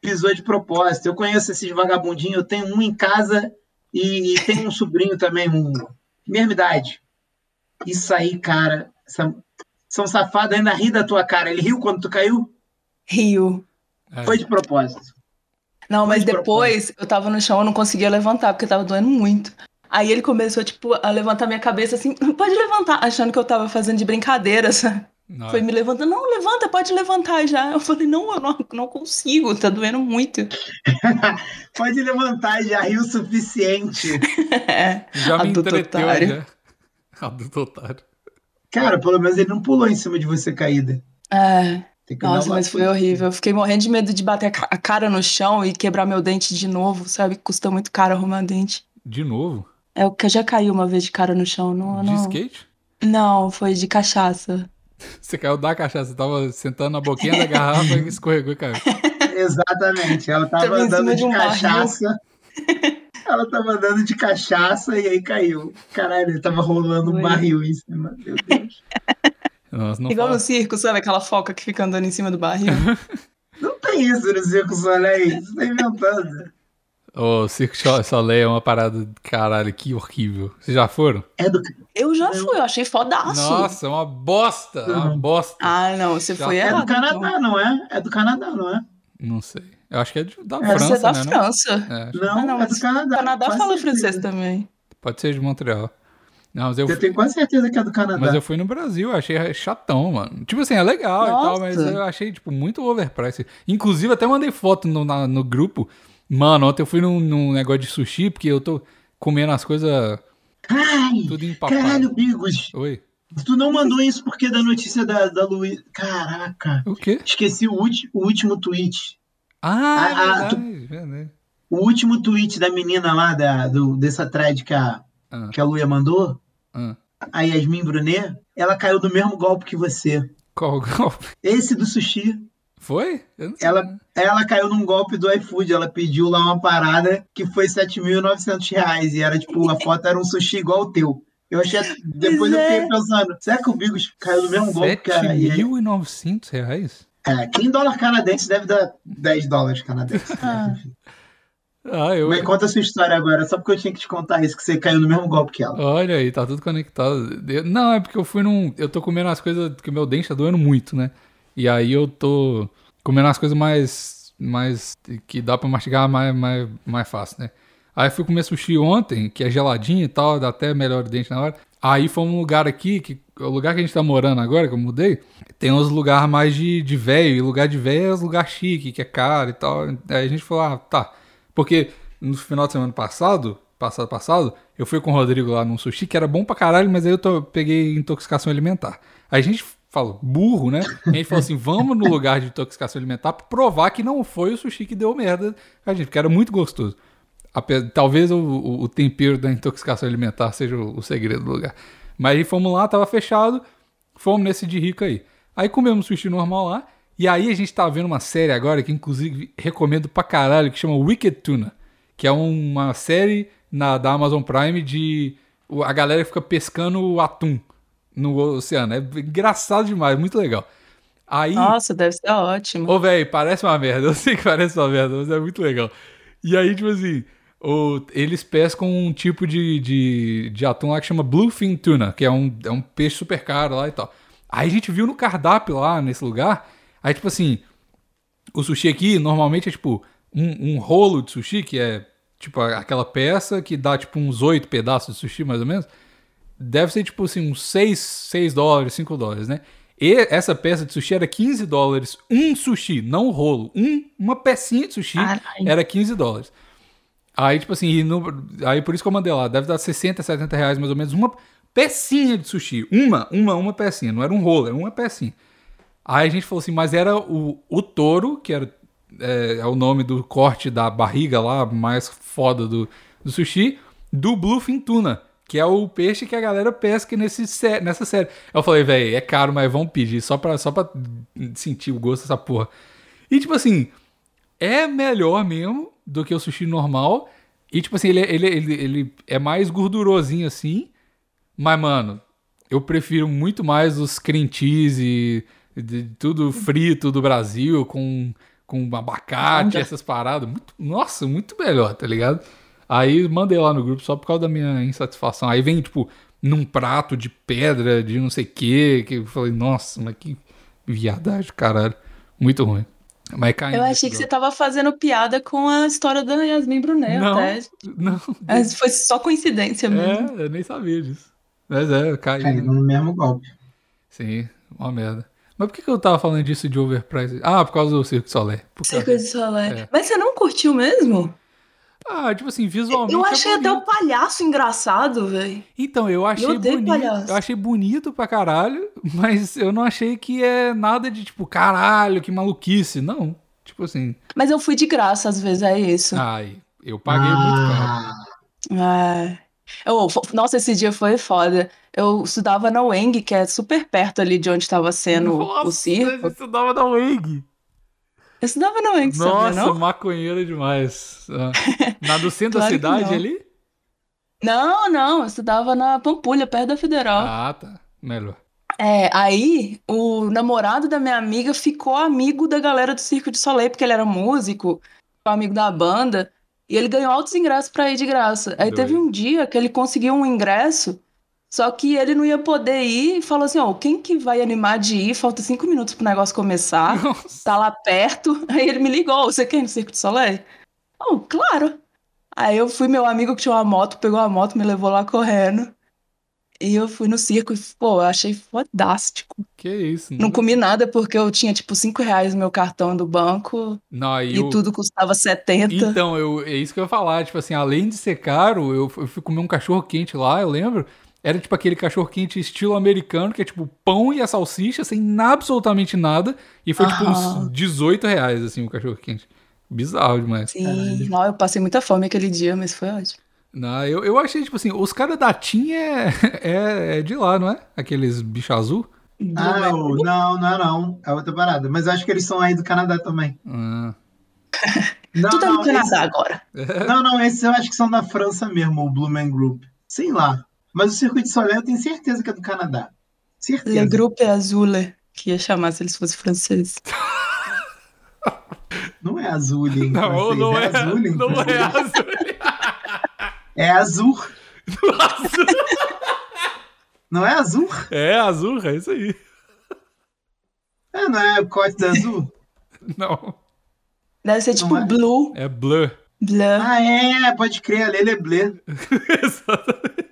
Speaker 1: pisou de propósito. Eu conheço esses vagabundinhos, eu tenho um em casa e, e tenho um sobrinho também, um mesma idade. Isso aí, cara, essa- são safados ainda ri da tua cara. Ele riu quando tu caiu?
Speaker 2: Rio.
Speaker 3: É.
Speaker 1: Foi de propósito.
Speaker 2: Não, mas
Speaker 1: Muito
Speaker 2: depois eu tava no chão, eu não conseguia levantar, porque tava doendo muito. Aí ele começou, tipo, a levantar minha cabeça assim, pode levantar, achando que eu tava fazendo de brincadeira, sabe?
Speaker 3: Nossa.
Speaker 2: Foi me levantando, não, levanta, pode levantar já. Eu falei, não, eu não, não consigo, tá doendo muito.
Speaker 1: Pode levantar, já riu o suficiente.
Speaker 2: É.
Speaker 3: Já me
Speaker 2: Adulto
Speaker 3: entreteu,
Speaker 2: otário.
Speaker 3: já. Adulto otário.
Speaker 1: Cara, pelo menos ele não pulou em cima de você caída.
Speaker 2: É.
Speaker 1: Tem que dar
Speaker 2: Nossa,
Speaker 1: uma-
Speaker 2: mas foi horrível. Eu fiquei morrendo de medo de bater a ca- a cara no chão e quebrar meu dente de novo, sabe? Custa muito caro arrumar dente.
Speaker 3: De novo?
Speaker 2: É o que eu já caí uma vez de cara no chão, não,
Speaker 3: De
Speaker 2: não.
Speaker 3: skate?
Speaker 2: Não, foi de cachaça.
Speaker 3: Você caiu da cachaça, você tava sentando na boquinha da garrafa, escorregou e caiu.
Speaker 1: Exatamente. Ela
Speaker 2: Tava
Speaker 1: tava
Speaker 2: em
Speaker 1: andando
Speaker 2: cima
Speaker 1: de
Speaker 2: de um barril.
Speaker 1: cachaça. Ela tava andando de cachaça e aí caiu. Caralho, tava rolando um
Speaker 2: Oi.
Speaker 1: barril em cima. Meu Deus.
Speaker 3: Nossa, não
Speaker 2: Igual
Speaker 3: fala-
Speaker 2: no circo, sabe? Aquela foca que fica andando em cima do barril.
Speaker 1: Não tem isso no Circo Soleil. Você tá inventando.
Speaker 3: Ô, O Cirque Cho- Soleil é uma parada de caralho, que horrível. Vocês já foram?
Speaker 1: É do,
Speaker 2: Eu já fui, eu achei fodaço.
Speaker 3: Nossa, é uma bosta, é uma
Speaker 1: Uhum.
Speaker 3: bosta.
Speaker 2: Ah, não, você
Speaker 3: Já
Speaker 2: foi
Speaker 3: fui.
Speaker 1: é do
Speaker 2: errado. então.
Speaker 1: Canadá, não é? É do Canadá, não é?
Speaker 3: Não sei. Eu acho que é de- da
Speaker 1: Essa é
Speaker 2: Você
Speaker 3: França,
Speaker 2: é da
Speaker 3: né? não?
Speaker 2: França.
Speaker 3: É, acho-
Speaker 1: Não,
Speaker 2: Ah, não,
Speaker 1: é
Speaker 2: mas
Speaker 1: do Canadá.
Speaker 2: O Canadá
Speaker 1: Quase
Speaker 2: fala
Speaker 1: certeza.
Speaker 2: francês também.
Speaker 3: pode ser de Montreal. Não, mas eu,
Speaker 1: Eu tenho quase certeza que é do Canadá.
Speaker 3: mas eu fui no Brasil, achei chatão, mano. Tipo assim, é legal e tal, mas
Speaker 2: Nossa.
Speaker 3: eu achei, tipo, muito overpriced. Inclusive, até mandei foto no, na- no grupo. Mano, ontem eu fui num, num negócio de sushi, porque eu tô comendo as coisas
Speaker 1: Ai,
Speaker 3: tudo empapado.
Speaker 1: caralho, Bigos.
Speaker 3: Oi?
Speaker 1: Tu não mandou isso porque da notícia da, da Luísa. Caraca.
Speaker 3: O quê?
Speaker 1: Esqueci o, ulti- o último tweet.
Speaker 3: Ah, é
Speaker 1: Ah, ah, tu-
Speaker 3: verdade, verdade.
Speaker 1: O último tweet da menina lá, da, do, dessa thread que a,
Speaker 3: Ah.
Speaker 1: que a Luia mandou,
Speaker 3: Ah,
Speaker 1: a Yasmin Brunet, ela caiu do mesmo golpe que você.
Speaker 3: qual golpe?
Speaker 1: Esse do sushi.
Speaker 3: Foi? Eu não sei.
Speaker 1: Ela, ela caiu num golpe do iFood. Ela pediu lá uma parada que foi R$ 7.900 reais. E era tipo, a foto era um sushi igual o teu. Eu achei. assim, Depois eu fiquei
Speaker 2: é.
Speaker 1: pensando, será que o Bigos caiu do mesmo golpe, cara? E aí,
Speaker 3: 7.900 reais?
Speaker 1: é, que em dólar canadense deve dar 10 dólares canadenses. né?
Speaker 2: Ah.
Speaker 3: Ah, eu...
Speaker 1: Mas conta a sua história agora, só porque eu tinha que te contar isso, que você caiu no mesmo golpe que ela.
Speaker 3: Olha aí, tá tudo conectado. Eu- Não, é porque eu fui num. Eu tô comendo as coisas. que meu dente tá doendo muito, né? E aí eu tô comendo as coisas mais. mais. que dá pra mastigar mais, mais, mais fácil, né? Aí fui comer sushi ontem, que é geladinho e tal, dá até melhor o dente na hora. Aí fomos num lugar aqui, que o lugar que a gente tá morando agora, que eu mudei, tem uns lugares mais de, de velho, e lugar de velho é os lugares chique, que é caro e tal. Aí a gente falou, ah, tá. Porque no final de semana passado, passado, passado, eu fui com o Rodrigo lá num sushi que era bom pra caralho, mas aí eu to- peguei intoxicação alimentar. Aí a gente falou, burro, né? A gente falou assim, vamos no lugar de intoxicação alimentar pra provar que não foi o sushi que deu merda a É, gente, porque era muito gostoso. Ape- Talvez o, o- o tempero da intoxicação alimentar seja o, o segredo do lugar. Mas aí fomos lá, tava fechado, fomos nesse de rico aí. Aí comemos um sushi normal lá, e aí a gente tá vendo uma série agora que inclusive recomendo pra caralho, que chama Wicked Tuna, que é uma série na, da Amazon Prime de o- a galera fica pescando atum no oceano. É engraçado demais, muito legal. Aí,
Speaker 2: Nossa, deve ser ótimo.
Speaker 3: Ô, velho, parece uma merda. Eu sei que parece uma merda, mas é muito legal. E aí, tipo assim, o- eles pescam um tipo de, de, de atum lá que chama Bluefin Tuna, que é um, é um peixe super caro lá e tal. Aí a gente viu no cardápio lá, nesse lugar, aí, tipo assim, o sushi aqui normalmente é tipo um, um rolo de sushi, que é tipo a- aquela peça que dá tipo uns oito pedaços de sushi, mais ou menos. Deve ser tipo assim, uns 6, 6 dólares, 5 dólares, né? E essa peça de sushi era 15 dólares. Um sushi, não um rolo. Um, uma pecinha de sushi
Speaker 2: Caralho.
Speaker 3: era 15 dólares. Aí, tipo assim, e no- aí por isso que eu mandei lá. Deve dar 60, 70 reais mais ou menos. Uma pecinha de sushi. Uma, uma, uma pecinha. Não era um rolo, era uma pecinha. Aí a gente falou assim, mas era o, o touro, que era, é, é o nome do corte da barriga lá, mais foda do, do sushi, do Bluefin Tuna, que é o peixe que a galera pesca nesse, sé- nessa série. Eu falei, véi, é caro, mas vamos pedir, só pra, só pra sentir o gosto dessa porra. E tipo assim, é melhor mesmo do que o sushi normal, e tipo assim, ele, é- ele, ele, ele é mais gordurosinho assim, mas, mano, eu prefiro muito mais os cream cheese, de, de tudo frito do Brasil, com, com abacate,
Speaker 2: Olha.
Speaker 3: essas paradas. Muito- nossa, muito melhor, tá ligado? Aí mandei lá no grupo só por causa da minha insatisfação. Aí vem, tipo, num prato de pedra, de não sei o quê, que eu falei, nossa, mas que viadagem, caralho. Muito ruim. Mas caindo.
Speaker 2: Eu achei que você tava fazendo piada com a história da Yasmin Brunet,
Speaker 3: Não.
Speaker 2: até.
Speaker 3: Não,
Speaker 2: Mas foi só coincidência mesmo.
Speaker 3: é, eu nem sabia disso. Mas é, eu caí.
Speaker 1: Caiu no mesmo golpe.
Speaker 3: Sim, uma merda. Mas por que, que eu tava falando disso de overpriced? Ah, por causa do Circo Soleil. Por causa-
Speaker 2: Circo de Soleil.
Speaker 3: É.
Speaker 2: Mas você não curtiu mesmo?
Speaker 3: Ah, tipo assim, visualmente.
Speaker 2: Eu
Speaker 3: é
Speaker 2: achei até
Speaker 3: bonito.
Speaker 2: o palhaço engraçado, velho.
Speaker 3: Então, eu achei
Speaker 2: odeio
Speaker 3: bonito.
Speaker 2: palhaço.
Speaker 3: Eu achei bonito pra caralho, mas eu não achei que é nada de tipo, caralho, que maluquice. Não. Tipo assim.
Speaker 2: Mas eu fui de graça, às vezes, é isso.
Speaker 3: Ai, eu paguei muito caro.
Speaker 1: Ah,
Speaker 2: Ah. Eu, fo- nossa, esse dia foi foda. Eu estudava na UENG, que é super perto ali de onde estava sendo o
Speaker 3: Nossa,
Speaker 2: circo.
Speaker 3: isso dava da Wig.
Speaker 2: Eu estudava não antes, sabia
Speaker 3: um Nossa,
Speaker 2: não?
Speaker 3: maconheira demais. Ah. Na do centro da
Speaker 2: Claro que
Speaker 3: cidade
Speaker 2: não.
Speaker 3: ali?
Speaker 2: Não, não, eu estudava na Pampulha, perto da Federal.
Speaker 3: Ah, tá. Melhor.
Speaker 2: É, aí o namorado da minha amiga ficou amigo da galera do Circo de Soleil, porque ele era músico, ficou amigo da banda, e ele ganhou altos ingressos pra ir de graça. Aí
Speaker 3: Doido.
Speaker 2: teve um dia que ele conseguiu um ingresso, só que ele não ia poder ir e falou assim: ó, quem que vai animar de ir? Falta cinco minutos pro negócio começar, tá lá perto. Aí ele me ligou: você quer ir no Circo de Soleil? Oh, claro. Aí eu fui, meu amigo que tinha uma moto, pegou a moto, me levou lá correndo. E eu fui no circo e, pô, eu achei fodástico.
Speaker 3: Que isso. né?
Speaker 2: Não comi nada porque eu tinha, tipo, 5 reais no meu cartão do banco
Speaker 3: Não, aí
Speaker 2: e
Speaker 3: eu-
Speaker 2: tudo custava 70.
Speaker 3: Então, eu, é isso que eu ia falar. Tipo assim, além de ser caro, eu, eu fui comer um cachorro quente lá, eu lembro. Era tipo aquele cachorro quente estilo americano, que é tipo pão e a salsicha, sem absolutamente nada. E foi tipo uns
Speaker 2: Aham.
Speaker 3: 18 reais, assim, o cachorro quente. Bizarro demais.
Speaker 2: Sim, não, Assim, eu passei muita fome aquele dia, mas foi ótimo.
Speaker 3: Não, eu, eu achei, tipo assim, os caras da TIM é, é, é de lá, não é? Aqueles bicho azul.
Speaker 1: Ah, o- não, não, não. É outra parada. Mas eu acho que eles são aí do Canadá também.
Speaker 3: Ah,
Speaker 1: Não,
Speaker 2: Tudo é
Speaker 1: não,
Speaker 2: no Canadá
Speaker 1: esse-
Speaker 2: agora.
Speaker 1: Não, não, esses eu acho que são da França mesmo, o Blue Man Group. Sei lá. Mas o Circuito de Soleil eu tenho certeza que é do Canadá. Certeza.
Speaker 2: Le Groupe Azule, que ia chamar se eles fossem franceses.
Speaker 1: Não é azul em
Speaker 3: não,
Speaker 1: francês,
Speaker 3: não é,
Speaker 1: azul em
Speaker 3: não é
Speaker 1: francês.
Speaker 2: então.
Speaker 3: azul.
Speaker 1: É azul. Não é azul?
Speaker 3: É azul, é isso aí.
Speaker 1: É, não é o corte da azul?
Speaker 3: Não,
Speaker 2: Deve ser tipo
Speaker 1: é?
Speaker 2: Blue,
Speaker 3: é blur.
Speaker 2: Bleu,
Speaker 1: Ah, é, pode crer, Lele Blé.
Speaker 3: Exatamente.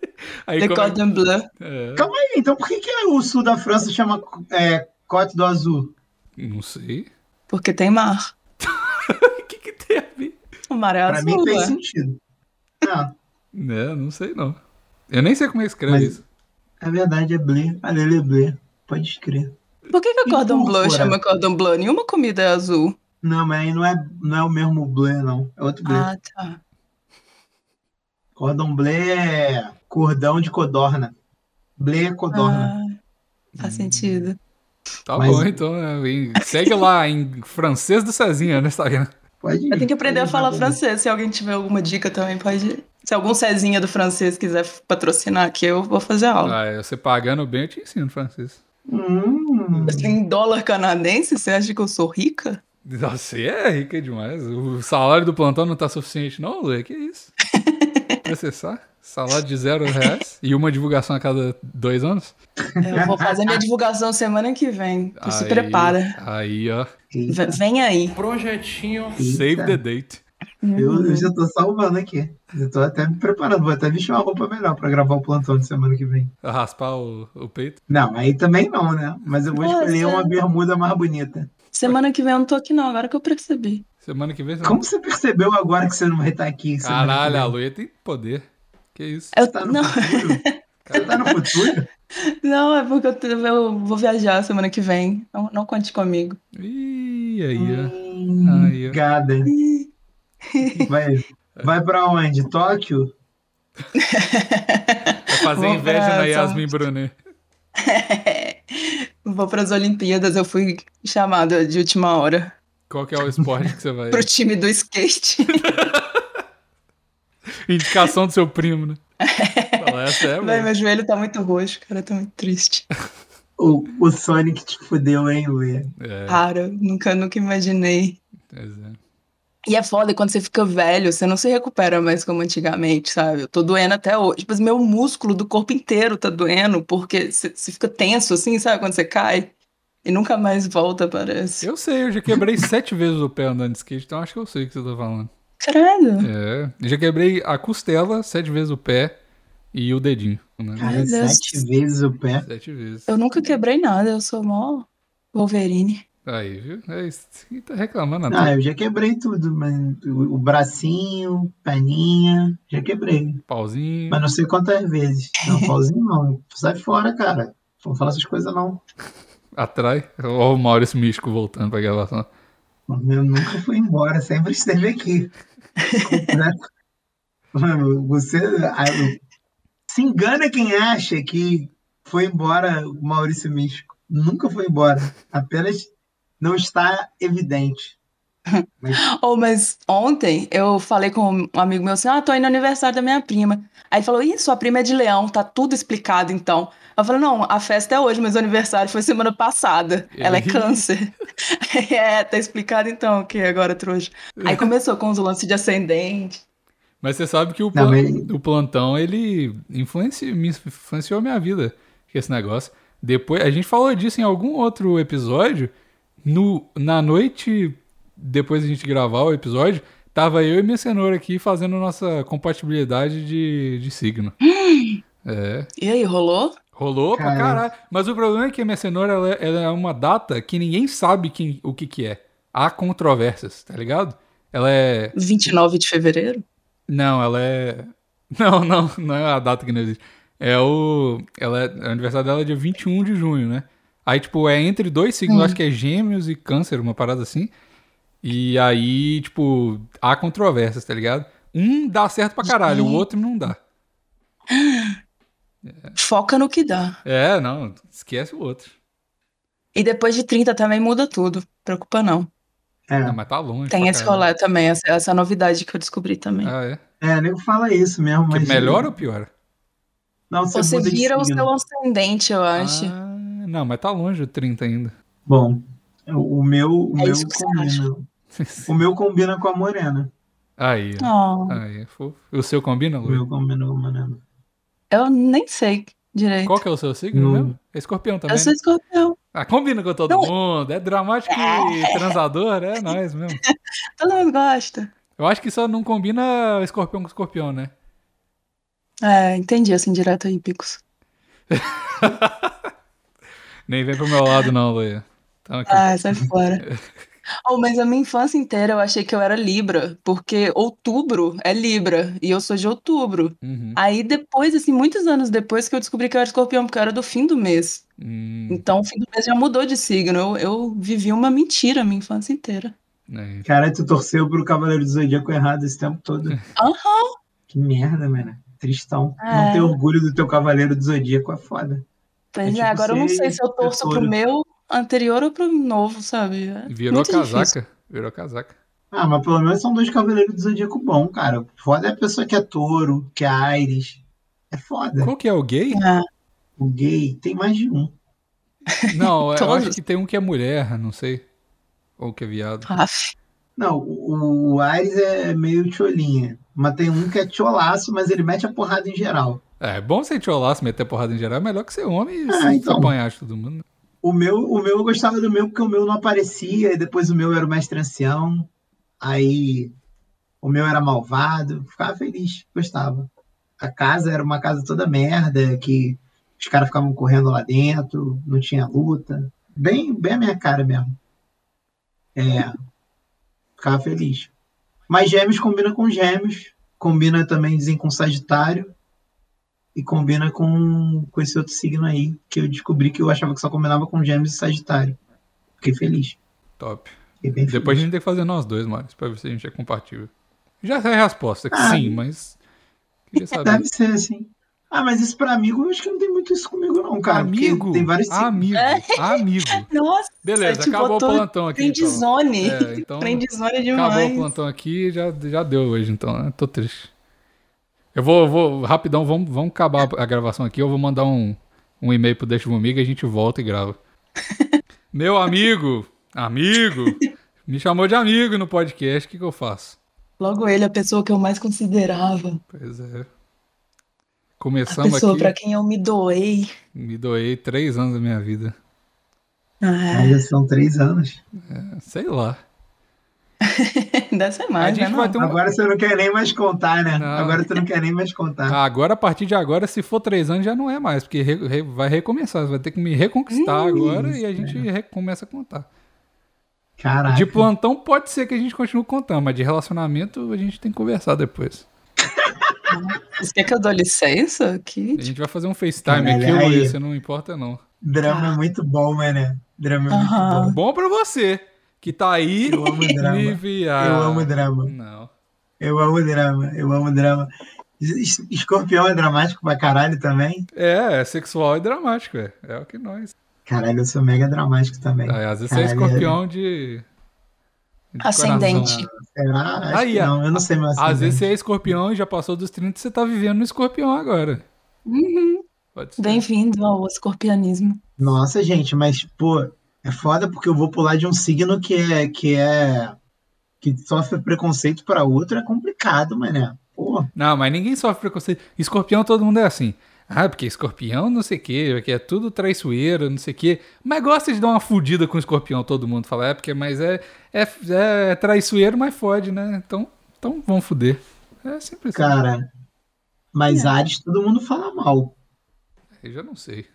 Speaker 3: Aí
Speaker 2: Le
Speaker 3: como é-
Speaker 2: Cordon Bleu.
Speaker 3: é,
Speaker 1: Calma aí, então por que, que o sul da França chama é, corte do azul?
Speaker 3: não sei.
Speaker 2: Porque tem mar.
Speaker 3: O que, que tem a ver?
Speaker 2: O mar é
Speaker 1: Pra mim
Speaker 2: azul,
Speaker 1: fez
Speaker 2: ué.
Speaker 1: sentido. Ah, Não,
Speaker 3: Né, não sei não. Eu nem sei como é que escreve
Speaker 1: Mas-
Speaker 3: isso.
Speaker 1: é verdade, é Blé, a Lele Blé. Pode crer.
Speaker 2: Por que, que a
Speaker 1: E
Speaker 2: Cordon Bleu
Speaker 1: púrpura?
Speaker 2: chama Cordon Bleu? Nenhuma comida é azul.
Speaker 1: Não, mas aí não é, não é o mesmo Blé, não. É outro Blé.
Speaker 2: Ah, tá.
Speaker 1: Cordon Blé é cordão de codorna. Blé é codorna.
Speaker 2: Ah, faz sentido.
Speaker 3: Tá
Speaker 1: Mas-
Speaker 3: bom, então. é, em- segue lá em francês do Cezinha no Instagram.
Speaker 1: Pode
Speaker 2: Eu tenho que aprender a
Speaker 1: pode
Speaker 2: falar
Speaker 1: jogar.
Speaker 2: francês. Se alguém tiver alguma dica também, pode. Se algum Cezinha do francês quiser patrocinar aqui, eu vou fazer aula.
Speaker 3: Ah, você pagando bem, eu te ensino francês.
Speaker 1: Hum,
Speaker 2: Em dólar canadense, você acha que eu sou rica?
Speaker 3: Você é rica demais. O salário do plantão não tá suficiente, não, Lê? Que isso? Processar? Salário de zero reais e uma divulgação a cada dois anos?
Speaker 2: Eu vou fazer minha divulgação semana que vem. Então se
Speaker 3: Aí-
Speaker 2: prepara.
Speaker 3: Aí, ó.
Speaker 1: eita,
Speaker 2: V- vem aí.
Speaker 3: Save
Speaker 1: eita.
Speaker 3: the date.
Speaker 1: Eu,
Speaker 2: Uhum.
Speaker 1: eu já tô salvando aqui. Eu tô até me preparando. Vou até vestir uma roupa melhor pra gravar o plantão de semana que vem.
Speaker 3: Raspar o, o peito.
Speaker 1: Não, aí também não, né? Mas eu vou
Speaker 2: Nossa.
Speaker 1: escolher uma bermuda mais bonita.
Speaker 2: Semana que vem eu não tô aqui, não, agora que eu percebi.
Speaker 3: Semana que vem. você
Speaker 1: Como você percebeu agora que você não vai estar aqui? semana
Speaker 3: Caralho, a
Speaker 1: que vem?
Speaker 3: Luia tem poder. Que isso?
Speaker 2: Eu,
Speaker 1: Tá no
Speaker 2: não,
Speaker 1: futuro? Você tá no futuro?
Speaker 2: não, é porque eu, t- eu vou viajar semana que vem. Não, não conte comigo.
Speaker 3: Ih, aí, ó.
Speaker 1: Hum,
Speaker 3: Aí, ó.
Speaker 1: Obrigada. Vai, vai pra onde? Tóquio?
Speaker 3: Vai fazer
Speaker 2: Vou
Speaker 3: inveja
Speaker 2: pra
Speaker 3: na
Speaker 2: São-
Speaker 3: Yasmin Brunet.
Speaker 2: Vou para as Olimpíadas, eu fui chamada de última hora
Speaker 3: Qual que é o esporte que você vai.
Speaker 2: pro time do skate.
Speaker 3: Indicação do seu primo, né? Fala, essa é,
Speaker 2: Véi,
Speaker 3: mano.
Speaker 2: meu joelho tá muito roxo, cara, tá muito triste.
Speaker 1: O, o Sonic te fudeu, hein, Luia?
Speaker 3: É,
Speaker 2: Cara, nunca, nunca imaginei.
Speaker 3: pois é.
Speaker 2: E é foda quando você fica velho, você não se recupera mais como antigamente, sabe? Eu tô doendo até hoje. Mas meu músculo do corpo inteiro tá doendo, porque você você fica tenso assim, sabe? Quando você cai e nunca mais volta, parece.
Speaker 3: Eu sei, eu já quebrei sete vezes o pé andando de skate, então acho que eu sei o que você tá falando.
Speaker 2: Caralho!
Speaker 3: É. eu Já quebrei a costela, sete vezes o pé e o dedinho. né?
Speaker 1: Cara,
Speaker 2: Deus.
Speaker 1: sete vezes o pé.
Speaker 3: Sete vezes.
Speaker 2: Eu nunca quebrei nada, eu sou mó Wolverine.
Speaker 3: Aí, viu? É isso. Você tá reclamando
Speaker 1: Ah,
Speaker 3: até.
Speaker 1: eu já quebrei tudo, mas o, o bracinho, perninha, já quebrei.
Speaker 3: Pauzinho.
Speaker 1: Mas não sei quantas vezes. Não, pauzinho não. Sai fora, cara. Não vou falar essas coisas, não.
Speaker 3: Atrai. Ó, o Maurício Místico voltando pra gravação.
Speaker 1: Eu nunca fui embora, sempre esteve aqui. Completo. Mano, você a- se engana quem acha que foi embora o Maurício Místico. Nunca foi embora. Apenas não está evidente.
Speaker 2: Oh, mas ontem eu falei com um amigo meu assim: Ah, tô indo no aniversário da minha prima. Aí ele falou: Ih, sua prima é de leão, tá tudo explicado então. Eu falei: Não, a festa é hoje, mas o aniversário foi semana passada. Ela é
Speaker 3: Ih.
Speaker 2: câncer. é, tá explicado então o que agora, trouxa. Aí começou com os lances de ascendente.
Speaker 3: Mas você sabe que o,
Speaker 1: Não,
Speaker 3: plan-
Speaker 1: mas-
Speaker 3: o plantão, ele influenci- me influenciou a minha vida, esse negócio. Depois, a gente falou disso em algum outro episódio. No, na noite, depois da gente gravar o episódio, tava eu e minha cenoura aqui fazendo nossa compatibilidade de, de signo. é.
Speaker 2: E aí, rolou?
Speaker 3: Rolou pra
Speaker 1: Caramba.
Speaker 3: caralho. Mas o problema é que a minha cenoura ela, é- ela é uma data que ninguém sabe quem, o que, que é. Há controvérsias, tá ligado? Ela é.
Speaker 2: 29 de fevereiro?
Speaker 3: Não, ela é. Não, não, não é a data que não existe. É o. Ela é... O aniversário dela é dia 21 de junho, né? Aí, tipo, é entre dois signos,
Speaker 1: Hum.
Speaker 3: acho que é gêmeos e câncer, uma parada assim. E aí, tipo, há controvérsias, tá ligado? Um dá certo pra caralho, o outro não dá.
Speaker 2: Foca no que dá.
Speaker 3: É, não, esquece o outro.
Speaker 2: E depois de 30 também muda tudo. Preocupa não.
Speaker 3: Ah,
Speaker 1: É,
Speaker 3: mas tá longe.
Speaker 2: Tem
Speaker 3: pra
Speaker 2: esse
Speaker 3: caralho.
Speaker 2: rolê também, essa, essa novidade que eu descobri também.
Speaker 3: Ah, é?
Speaker 1: é, nego fala isso mesmo,
Speaker 3: Que
Speaker 1: mas.
Speaker 3: melhora ou piora?
Speaker 1: Não, você,
Speaker 2: Você
Speaker 1: muda de
Speaker 2: vira o
Speaker 1: signo.
Speaker 2: seu ascendente, eu acho.
Speaker 3: Ah, não, mas tá longe o 30 ainda.
Speaker 1: Bom, o o meu, o
Speaker 2: É
Speaker 1: meu
Speaker 2: isso que você
Speaker 1: combina. O meu combina com a morena.
Speaker 3: aí, ó.
Speaker 2: Oh,
Speaker 3: aí, é fofo. O seu combina,
Speaker 1: O
Speaker 3: Lu?
Speaker 1: meu combina com a morena.
Speaker 2: eu nem sei direito.
Speaker 3: Qual que é o seu signo
Speaker 1: Não.
Speaker 3: mesmo? É escorpião também.
Speaker 2: eu sou
Speaker 3: né?
Speaker 2: escorpião.
Speaker 3: Ah, combina com todo
Speaker 2: Não.
Speaker 3: mundo. É dramático e transador, é nóis mesmo.
Speaker 2: Todo mundo gosta.
Speaker 3: Eu acho que só não combina escorpião com escorpião, né?
Speaker 2: É, entendi assim direto aí, Picos.
Speaker 3: Nem vem pro meu lado, não, Luia. Então, aqui.
Speaker 2: Ah, sai fora. Oh, mas a minha infância inteira eu achei que eu era Libra, porque outubro é Libra, e eu sou de outubro.
Speaker 3: Uhum.
Speaker 2: Aí depois, assim, muitos anos depois que eu descobri que eu era escorpião, porque eu era do fim do mês.
Speaker 3: Hum,
Speaker 2: Então, o fim do mês já mudou de signo. Eu, eu vivi uma mentira a minha infância inteira.
Speaker 3: aí.
Speaker 1: Cara, tu torceu pro Cavaleiro do Zodíaco errado esse tempo todo.
Speaker 2: Aham.
Speaker 1: Que merda, mano. Tristão.
Speaker 2: É.
Speaker 1: Não ter orgulho do teu Cavaleiro do Zodíaco é foda.
Speaker 2: Pois
Speaker 1: É
Speaker 2: é,
Speaker 1: tipo
Speaker 2: agora eu não
Speaker 1: ser
Speaker 2: sei se eu torço pro
Speaker 1: professora.
Speaker 2: meu anterior ou pro novo, sabe? É
Speaker 3: Virou
Speaker 2: muito
Speaker 3: casaca.
Speaker 2: difícil.
Speaker 3: Virou casaca.
Speaker 1: Ah, mas pelo menos são dois Cavaleiros do Zodíaco bom, cara. Foda é a pessoa que é touro, que é Ares. É foda.
Speaker 3: Qual que é o gay?
Speaker 2: Ah,
Speaker 1: O gay tem mais de um.
Speaker 3: Não, eu
Speaker 2: Todos.
Speaker 3: acho que tem um que é mulher, não sei. Ou que é viado.
Speaker 2: af.
Speaker 1: Não, o, o Ares é meio tcholinha. Mas tem um que é tcholaço, mas ele mete a porrada em geral.
Speaker 3: É, é bom ser tcholaço, meter porrada em geral, é melhor que ser homem e
Speaker 1: Ah,
Speaker 3: se
Speaker 1: então.
Speaker 3: apanhar de todo mundo. né?
Speaker 1: O meu, o meu eu gostava do meu porque o meu não aparecia, e depois o meu era o mestre ancião, aí o meu era malvado, ficava feliz, gostava. A casa era uma casa toda merda, que os caras ficavam correndo lá dentro, não tinha luta. Bem, bem a minha cara mesmo. É, ficava feliz. Mas gêmeos combina com gêmeos, combina também, dizem, com sagitário. E combina com, com esse outro signo aí, que eu descobri que eu achava que só combinava com Gêmeos e Sagitário. Fiquei feliz.
Speaker 3: Top.
Speaker 1: Fiquei bem feliz.
Speaker 3: Depois a gente tem que fazer nós dois, Mário, pra ver se a gente é compatível. Já sei a resposta, que
Speaker 1: Ah. é,
Speaker 3: sim, mas. Queria saber.
Speaker 1: Deve ser assim. Ah, mas isso pra amigo, eu acho que não tem muito isso comigo, não, cara. porque
Speaker 3: amigo, Ah.
Speaker 1: Tem vários tipo, signos.
Speaker 3: amigo, amigo.
Speaker 2: Nossa,
Speaker 3: Beleza,
Speaker 2: te
Speaker 3: acabou o
Speaker 2: botou
Speaker 3: plantão aqui. Então.
Speaker 2: Friendzone.
Speaker 3: É, então,
Speaker 2: Friendzone
Speaker 3: acabou o
Speaker 2: demais.
Speaker 3: plantão aqui, já, já deu hoje, então. né? Tô triste. Eu vou, vou rapidão, vamos, vamos acabar a gravação aqui. Eu vou mandar um, um e-mail pro Deixa Vomiga e a gente volta e grava. Meu amigo, amigo, me chamou de amigo no podcast, o que, que eu faço?
Speaker 2: Logo ele, a pessoa que eu mais considerava.
Speaker 3: Pois é.
Speaker 2: A
Speaker 3: Começamos
Speaker 2: pessoa
Speaker 3: aqui.
Speaker 2: pra quem eu me doei.
Speaker 3: Me doei três anos da minha vida.
Speaker 2: Ah,
Speaker 1: Mas já são três anos.
Speaker 3: Sei lá.
Speaker 2: deve ser
Speaker 3: Então, a
Speaker 2: mais,
Speaker 3: gente
Speaker 2: né?
Speaker 3: vai
Speaker 2: não?
Speaker 3: ter um.
Speaker 1: Agora você não quer nem mais contar, né?
Speaker 3: Não.
Speaker 1: Agora você não quer nem mais contar.
Speaker 3: Ah, Agora, a partir de agora, se for três anos, já não é mais, porque re- re- vai recomeçar. Você vai ter que me reconquistar agora e a
Speaker 2: é.
Speaker 3: gente recomeça começa a contar.
Speaker 1: Caraca.
Speaker 3: De plantão, pode ser que a gente continue contando, mas de relacionamento, a gente tem que conversar depois.
Speaker 2: Você quer que eu dou licença? Que...
Speaker 3: um A gente vai fazer um FaceTime
Speaker 1: Caralho.
Speaker 3: aqui, Luiz,
Speaker 1: Aí.
Speaker 3: você não importa, não.
Speaker 1: Drama é muito bom, né? Drama é muito
Speaker 2: Aham.
Speaker 3: Bom pra você, que tá aí
Speaker 1: Eu amo
Speaker 3: e
Speaker 1: drama.
Speaker 3: me via-
Speaker 1: Eu amo drama.
Speaker 3: Não.
Speaker 1: Eu amo drama. Eu amo drama. Es- Escorpião é dramático pra caralho também.
Speaker 3: É, é sexual e dramático, é. É o que nós.
Speaker 1: Caralho, eu sou mega dramático também.
Speaker 3: Aí, às vezes você é
Speaker 1: Caralho.
Speaker 3: escorpião de. né?
Speaker 2: Ascendente.
Speaker 1: Será? Acho
Speaker 3: Aí,
Speaker 1: que
Speaker 3: ó.
Speaker 1: não, eu não sei mais.
Speaker 3: Às vezes
Speaker 1: ascendente.
Speaker 3: você é escorpião e já passou dos 30 e você tá vivendo no escorpião agora.
Speaker 2: Uhum.
Speaker 3: Pode ser.
Speaker 2: Bem-vindo ao escorpianismo.
Speaker 1: Nossa, gente, mas, pô, é foda porque eu vou pular de um signo que é. que é. que sofre preconceito pra outro, é complicado, mané. Pô,
Speaker 3: Não, mas ninguém sofre preconceito. Escorpião, todo mundo é assim. Ah, porque escorpião não sei o quê, porque é tudo traiçoeira, não sei o quê. Mas gosta de dar uma fudida com escorpião, todo mundo fala. É, porque, mas é, é, é traiçoeiro, mas fode, né? Então, então vão fuder. É sempre assim.
Speaker 1: cara.
Speaker 3: É.
Speaker 1: Mas Ares, todo mundo fala mal.
Speaker 3: Eu já não sei.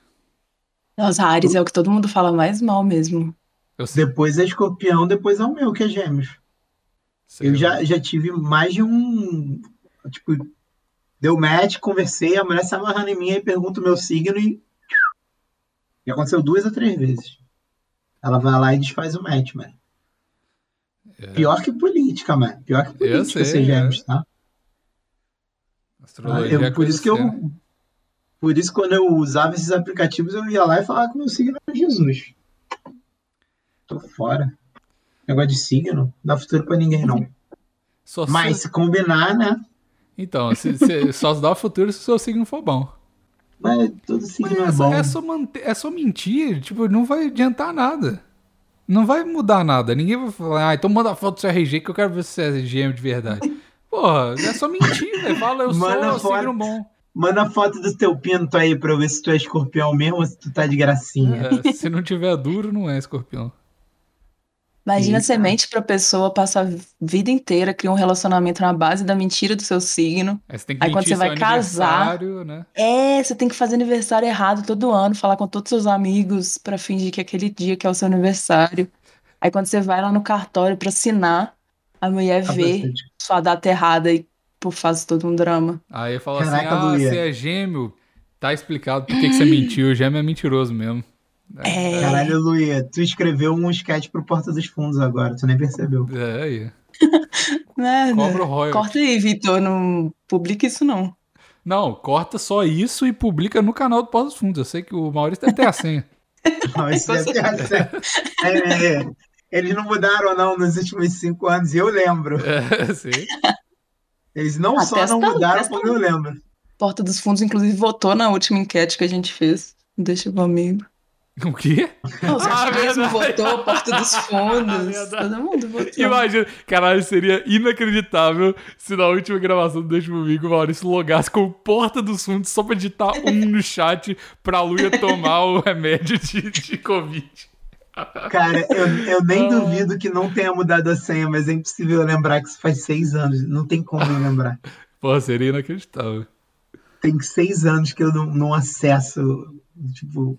Speaker 2: Nossa, Ares é o que todo mundo fala mais mal mesmo.
Speaker 3: Eu sei.
Speaker 1: Depois é escorpião, depois é o meu, que é gêmeos.
Speaker 3: sei
Speaker 1: Eu
Speaker 3: lá.
Speaker 1: já, já tive mais de um. Tipo, deu match, conversei, a mulher se amarrando em mim e pergunta o meu signo e. Já aconteceu duas ou três vezes. Ela vai lá e desfaz o match, mano.
Speaker 3: É.
Speaker 1: Pior que política, mano. Pior que política,
Speaker 3: sei, é.
Speaker 1: ser gêmeos, tá?
Speaker 3: Astrologia
Speaker 1: Eu-
Speaker 3: é
Speaker 1: por
Speaker 3: coisa
Speaker 1: isso que eu.
Speaker 3: séria.
Speaker 1: Por isso, quando eu usava esses aplicativos, eu ia lá e falava que meu signo era Jesus. Tô fora. Negócio de signo, não dá futuro pra ninguém, não.
Speaker 3: Só se-
Speaker 1: Mas se combinar, né?
Speaker 3: Então, se- se- só se dá o futuro se o seu signo for bom.
Speaker 1: Mas todo signo
Speaker 3: Mas
Speaker 1: é
Speaker 3: é, só,
Speaker 1: bom.
Speaker 3: é só manter, é só mentir, tipo, não vai adiantar nada. Não vai mudar nada. Ninguém vai falar, ah, então manda a foto do seu RG que eu quero ver se você é gêmeo de verdade. Porra, é só mentir, velho. Fala, eu
Speaker 1: Manda
Speaker 3: sou o
Speaker 1: foto.
Speaker 3: signo bom.
Speaker 1: Manda foto do teu pinto aí pra eu ver se tu é escorpião mesmo ou se tu tá de gracinha.
Speaker 3: É, se não tiver duro, não é escorpião.
Speaker 2: Imagina
Speaker 1: Eita.
Speaker 2: você mente pra pessoa, passa a vida inteira, cria um relacionamento na base da mentira do seu signo.
Speaker 3: Aí você tem que
Speaker 2: Aí quando
Speaker 3: mentir
Speaker 2: você vai
Speaker 3: seu
Speaker 2: casar-
Speaker 3: aniversário, né?
Speaker 2: É, você tem que fazer aniversário errado todo ano, falar com todos seus amigos pra fingir que é aquele dia que é o seu aniversário. Aí quando você vai lá no cartório pra assinar, a mulher
Speaker 1: Tá
Speaker 2: vê
Speaker 1: bastante.
Speaker 2: sua data errada e pô, faz todo um drama.
Speaker 3: Aí fala assim,
Speaker 1: Caraca,
Speaker 3: ah,
Speaker 1: Luia.
Speaker 3: você é gêmeo. Tá explicado por que, que você mentiu. O gêmeo é mentiroso mesmo.
Speaker 2: É.
Speaker 1: Caralho, Luia, tu escreveu um sketch pro Porta dos Fundos agora, tu nem percebeu.
Speaker 3: É, aí.
Speaker 2: Merda.
Speaker 3: Cobra o royalties.
Speaker 2: né, Corta aí, Vitor, não publica isso não.
Speaker 3: Não, corta só isso e publica no canal do Pós dos Fundos. Eu sei que o Maurício deve ter a senha.
Speaker 1: Não, isso deve ter acesso. É, é, Eles não mudaram, não, nos últimos cinco anos, e eu lembro.
Speaker 3: é, sim.
Speaker 1: Eles não
Speaker 2: Ah,
Speaker 1: só
Speaker 2: testa-
Speaker 1: não mudaram,
Speaker 2: testa-
Speaker 1: como eu lembro.
Speaker 2: Porta dos Fundos, inclusive, votou na última enquete que a gente fez. Deixa comigo.
Speaker 3: O quê?
Speaker 2: Ah, O
Speaker 3: Ah,
Speaker 2: Sérgio
Speaker 3: verdade. Ah,
Speaker 2: votou, Porta dos Fundos.
Speaker 3: Verdade.
Speaker 2: Todo mundo votou.
Speaker 3: Imagina. Caralho, seria inacreditável se na última gravação do Deixa Comigo o Maurício logasse com o Porta dos Fundos só pra digitar um no chat pra Luia tomar o remédio de, de Covid.
Speaker 1: Cara, eu, eu nem duvido que não tenha mudado a senha, mas é impossível lembrar que isso faz seis anos. Não tem como eu lembrar.
Speaker 3: Pô, seria inacreditável.
Speaker 1: Tem seis anos que eu não, não acesso. Tipo,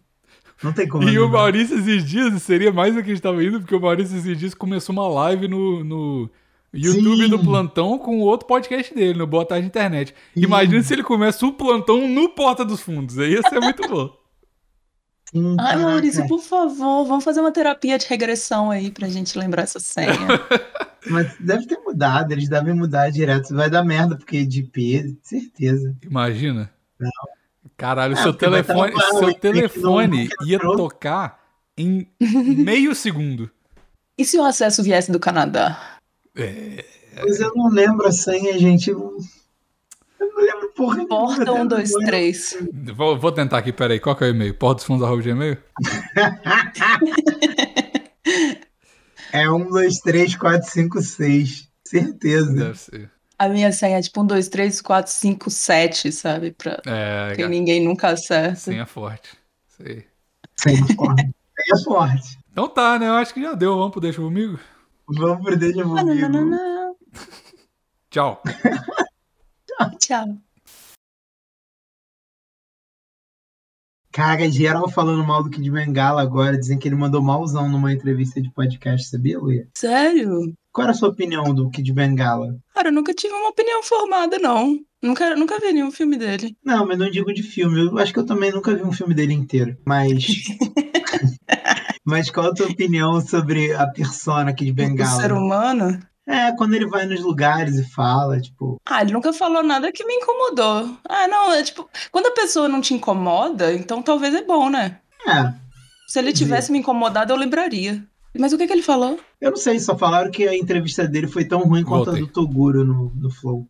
Speaker 1: não tem como.
Speaker 3: E
Speaker 1: eu
Speaker 3: o
Speaker 1: lembrar.
Speaker 3: Maurício esses dias seria mais do que a gente tava indo, porque o Maurício esses dias começou uma live no, no YouTube
Speaker 1: Sim.
Speaker 3: do Plantão com outro podcast dele, no Boa Tarde Internet. Imagina se ele começa o Plantão no Porta dos Fundos. Aí ia ser muito bom.
Speaker 1: Sim,
Speaker 2: Ai,
Speaker 1: caraca.
Speaker 2: Maurício, por favor, vamos fazer uma terapia de regressão aí pra gente lembrar essa senha.
Speaker 1: Mas deve ter mudado, eles devem mudar direto. Vai dar merda, porque é de P, certeza.
Speaker 3: Imagina. Caralho,
Speaker 1: É,
Speaker 3: seu
Speaker 1: porque vai estar
Speaker 3: telefone,
Speaker 1: no
Speaker 3: seu
Speaker 1: barulho,
Speaker 3: telefone
Speaker 1: que não-
Speaker 3: ia
Speaker 1: entrou.
Speaker 3: tocar em meio segundo.
Speaker 2: E se o acesso viesse do Canadá?
Speaker 1: Mas eu não lembro a senha, gente. Eu eu não lembro porra nenhuma.
Speaker 2: Porta
Speaker 1: Eu
Speaker 2: 1,
Speaker 1: não
Speaker 2: 2,
Speaker 1: lembro.
Speaker 2: 3.
Speaker 3: Vou, vou tentar aqui, peraí. Qual que é o e-mail? portosfundos.gmail?
Speaker 1: É 1, 2, 3, 4, 5, 6. Certeza.
Speaker 3: Deve ser.
Speaker 2: A minha senha é tipo 1, 2, 3, 4, 5, 7, sabe? Pra
Speaker 3: É,
Speaker 2: que ninguém nunca acessa.
Speaker 3: senha forte. Sei.
Speaker 1: Senha forte. Senha é forte.
Speaker 3: Então tá, né? Eu acho que já deu. Vamos pro Deixa Comigo?
Speaker 1: Vamos pro Deja Vu
Speaker 2: Ah, não, não, não,
Speaker 1: Vivo.
Speaker 2: não.
Speaker 3: Tchau.
Speaker 2: Tchau.
Speaker 1: Cara, geral falando mal do Kid Bengala agora, dizem que ele mandou malzão numa entrevista de podcast, sabia, Luia?
Speaker 2: Sério?
Speaker 1: Qual era a sua opinião do Kid Bengala?
Speaker 2: Cara, eu nunca tive uma opinião formada, não. Nunca, nunca vi nenhum filme dele.
Speaker 1: Não, mas não digo de filme. Eu acho que eu também nunca vi um filme dele inteiro. Mas. mas qual a tua opinião sobre a persona aqui de
Speaker 2: O ser
Speaker 1: Bengala?
Speaker 2: humano.
Speaker 1: É, quando ele vai nos lugares e fala, tipo.
Speaker 2: Ah, ele nunca falou nada que me incomodou. Ah, não, é tipo, quando a pessoa não te incomoda, então talvez é bom, né?
Speaker 1: É,
Speaker 2: Se ele tivesse me incomodado, eu lembraria. Mas o que, que ele falou?
Speaker 1: Eu não sei, só falaram que a entrevista dele foi tão ruim quanto a
Speaker 3: Voltei.
Speaker 1: do Toguro no, no Flow.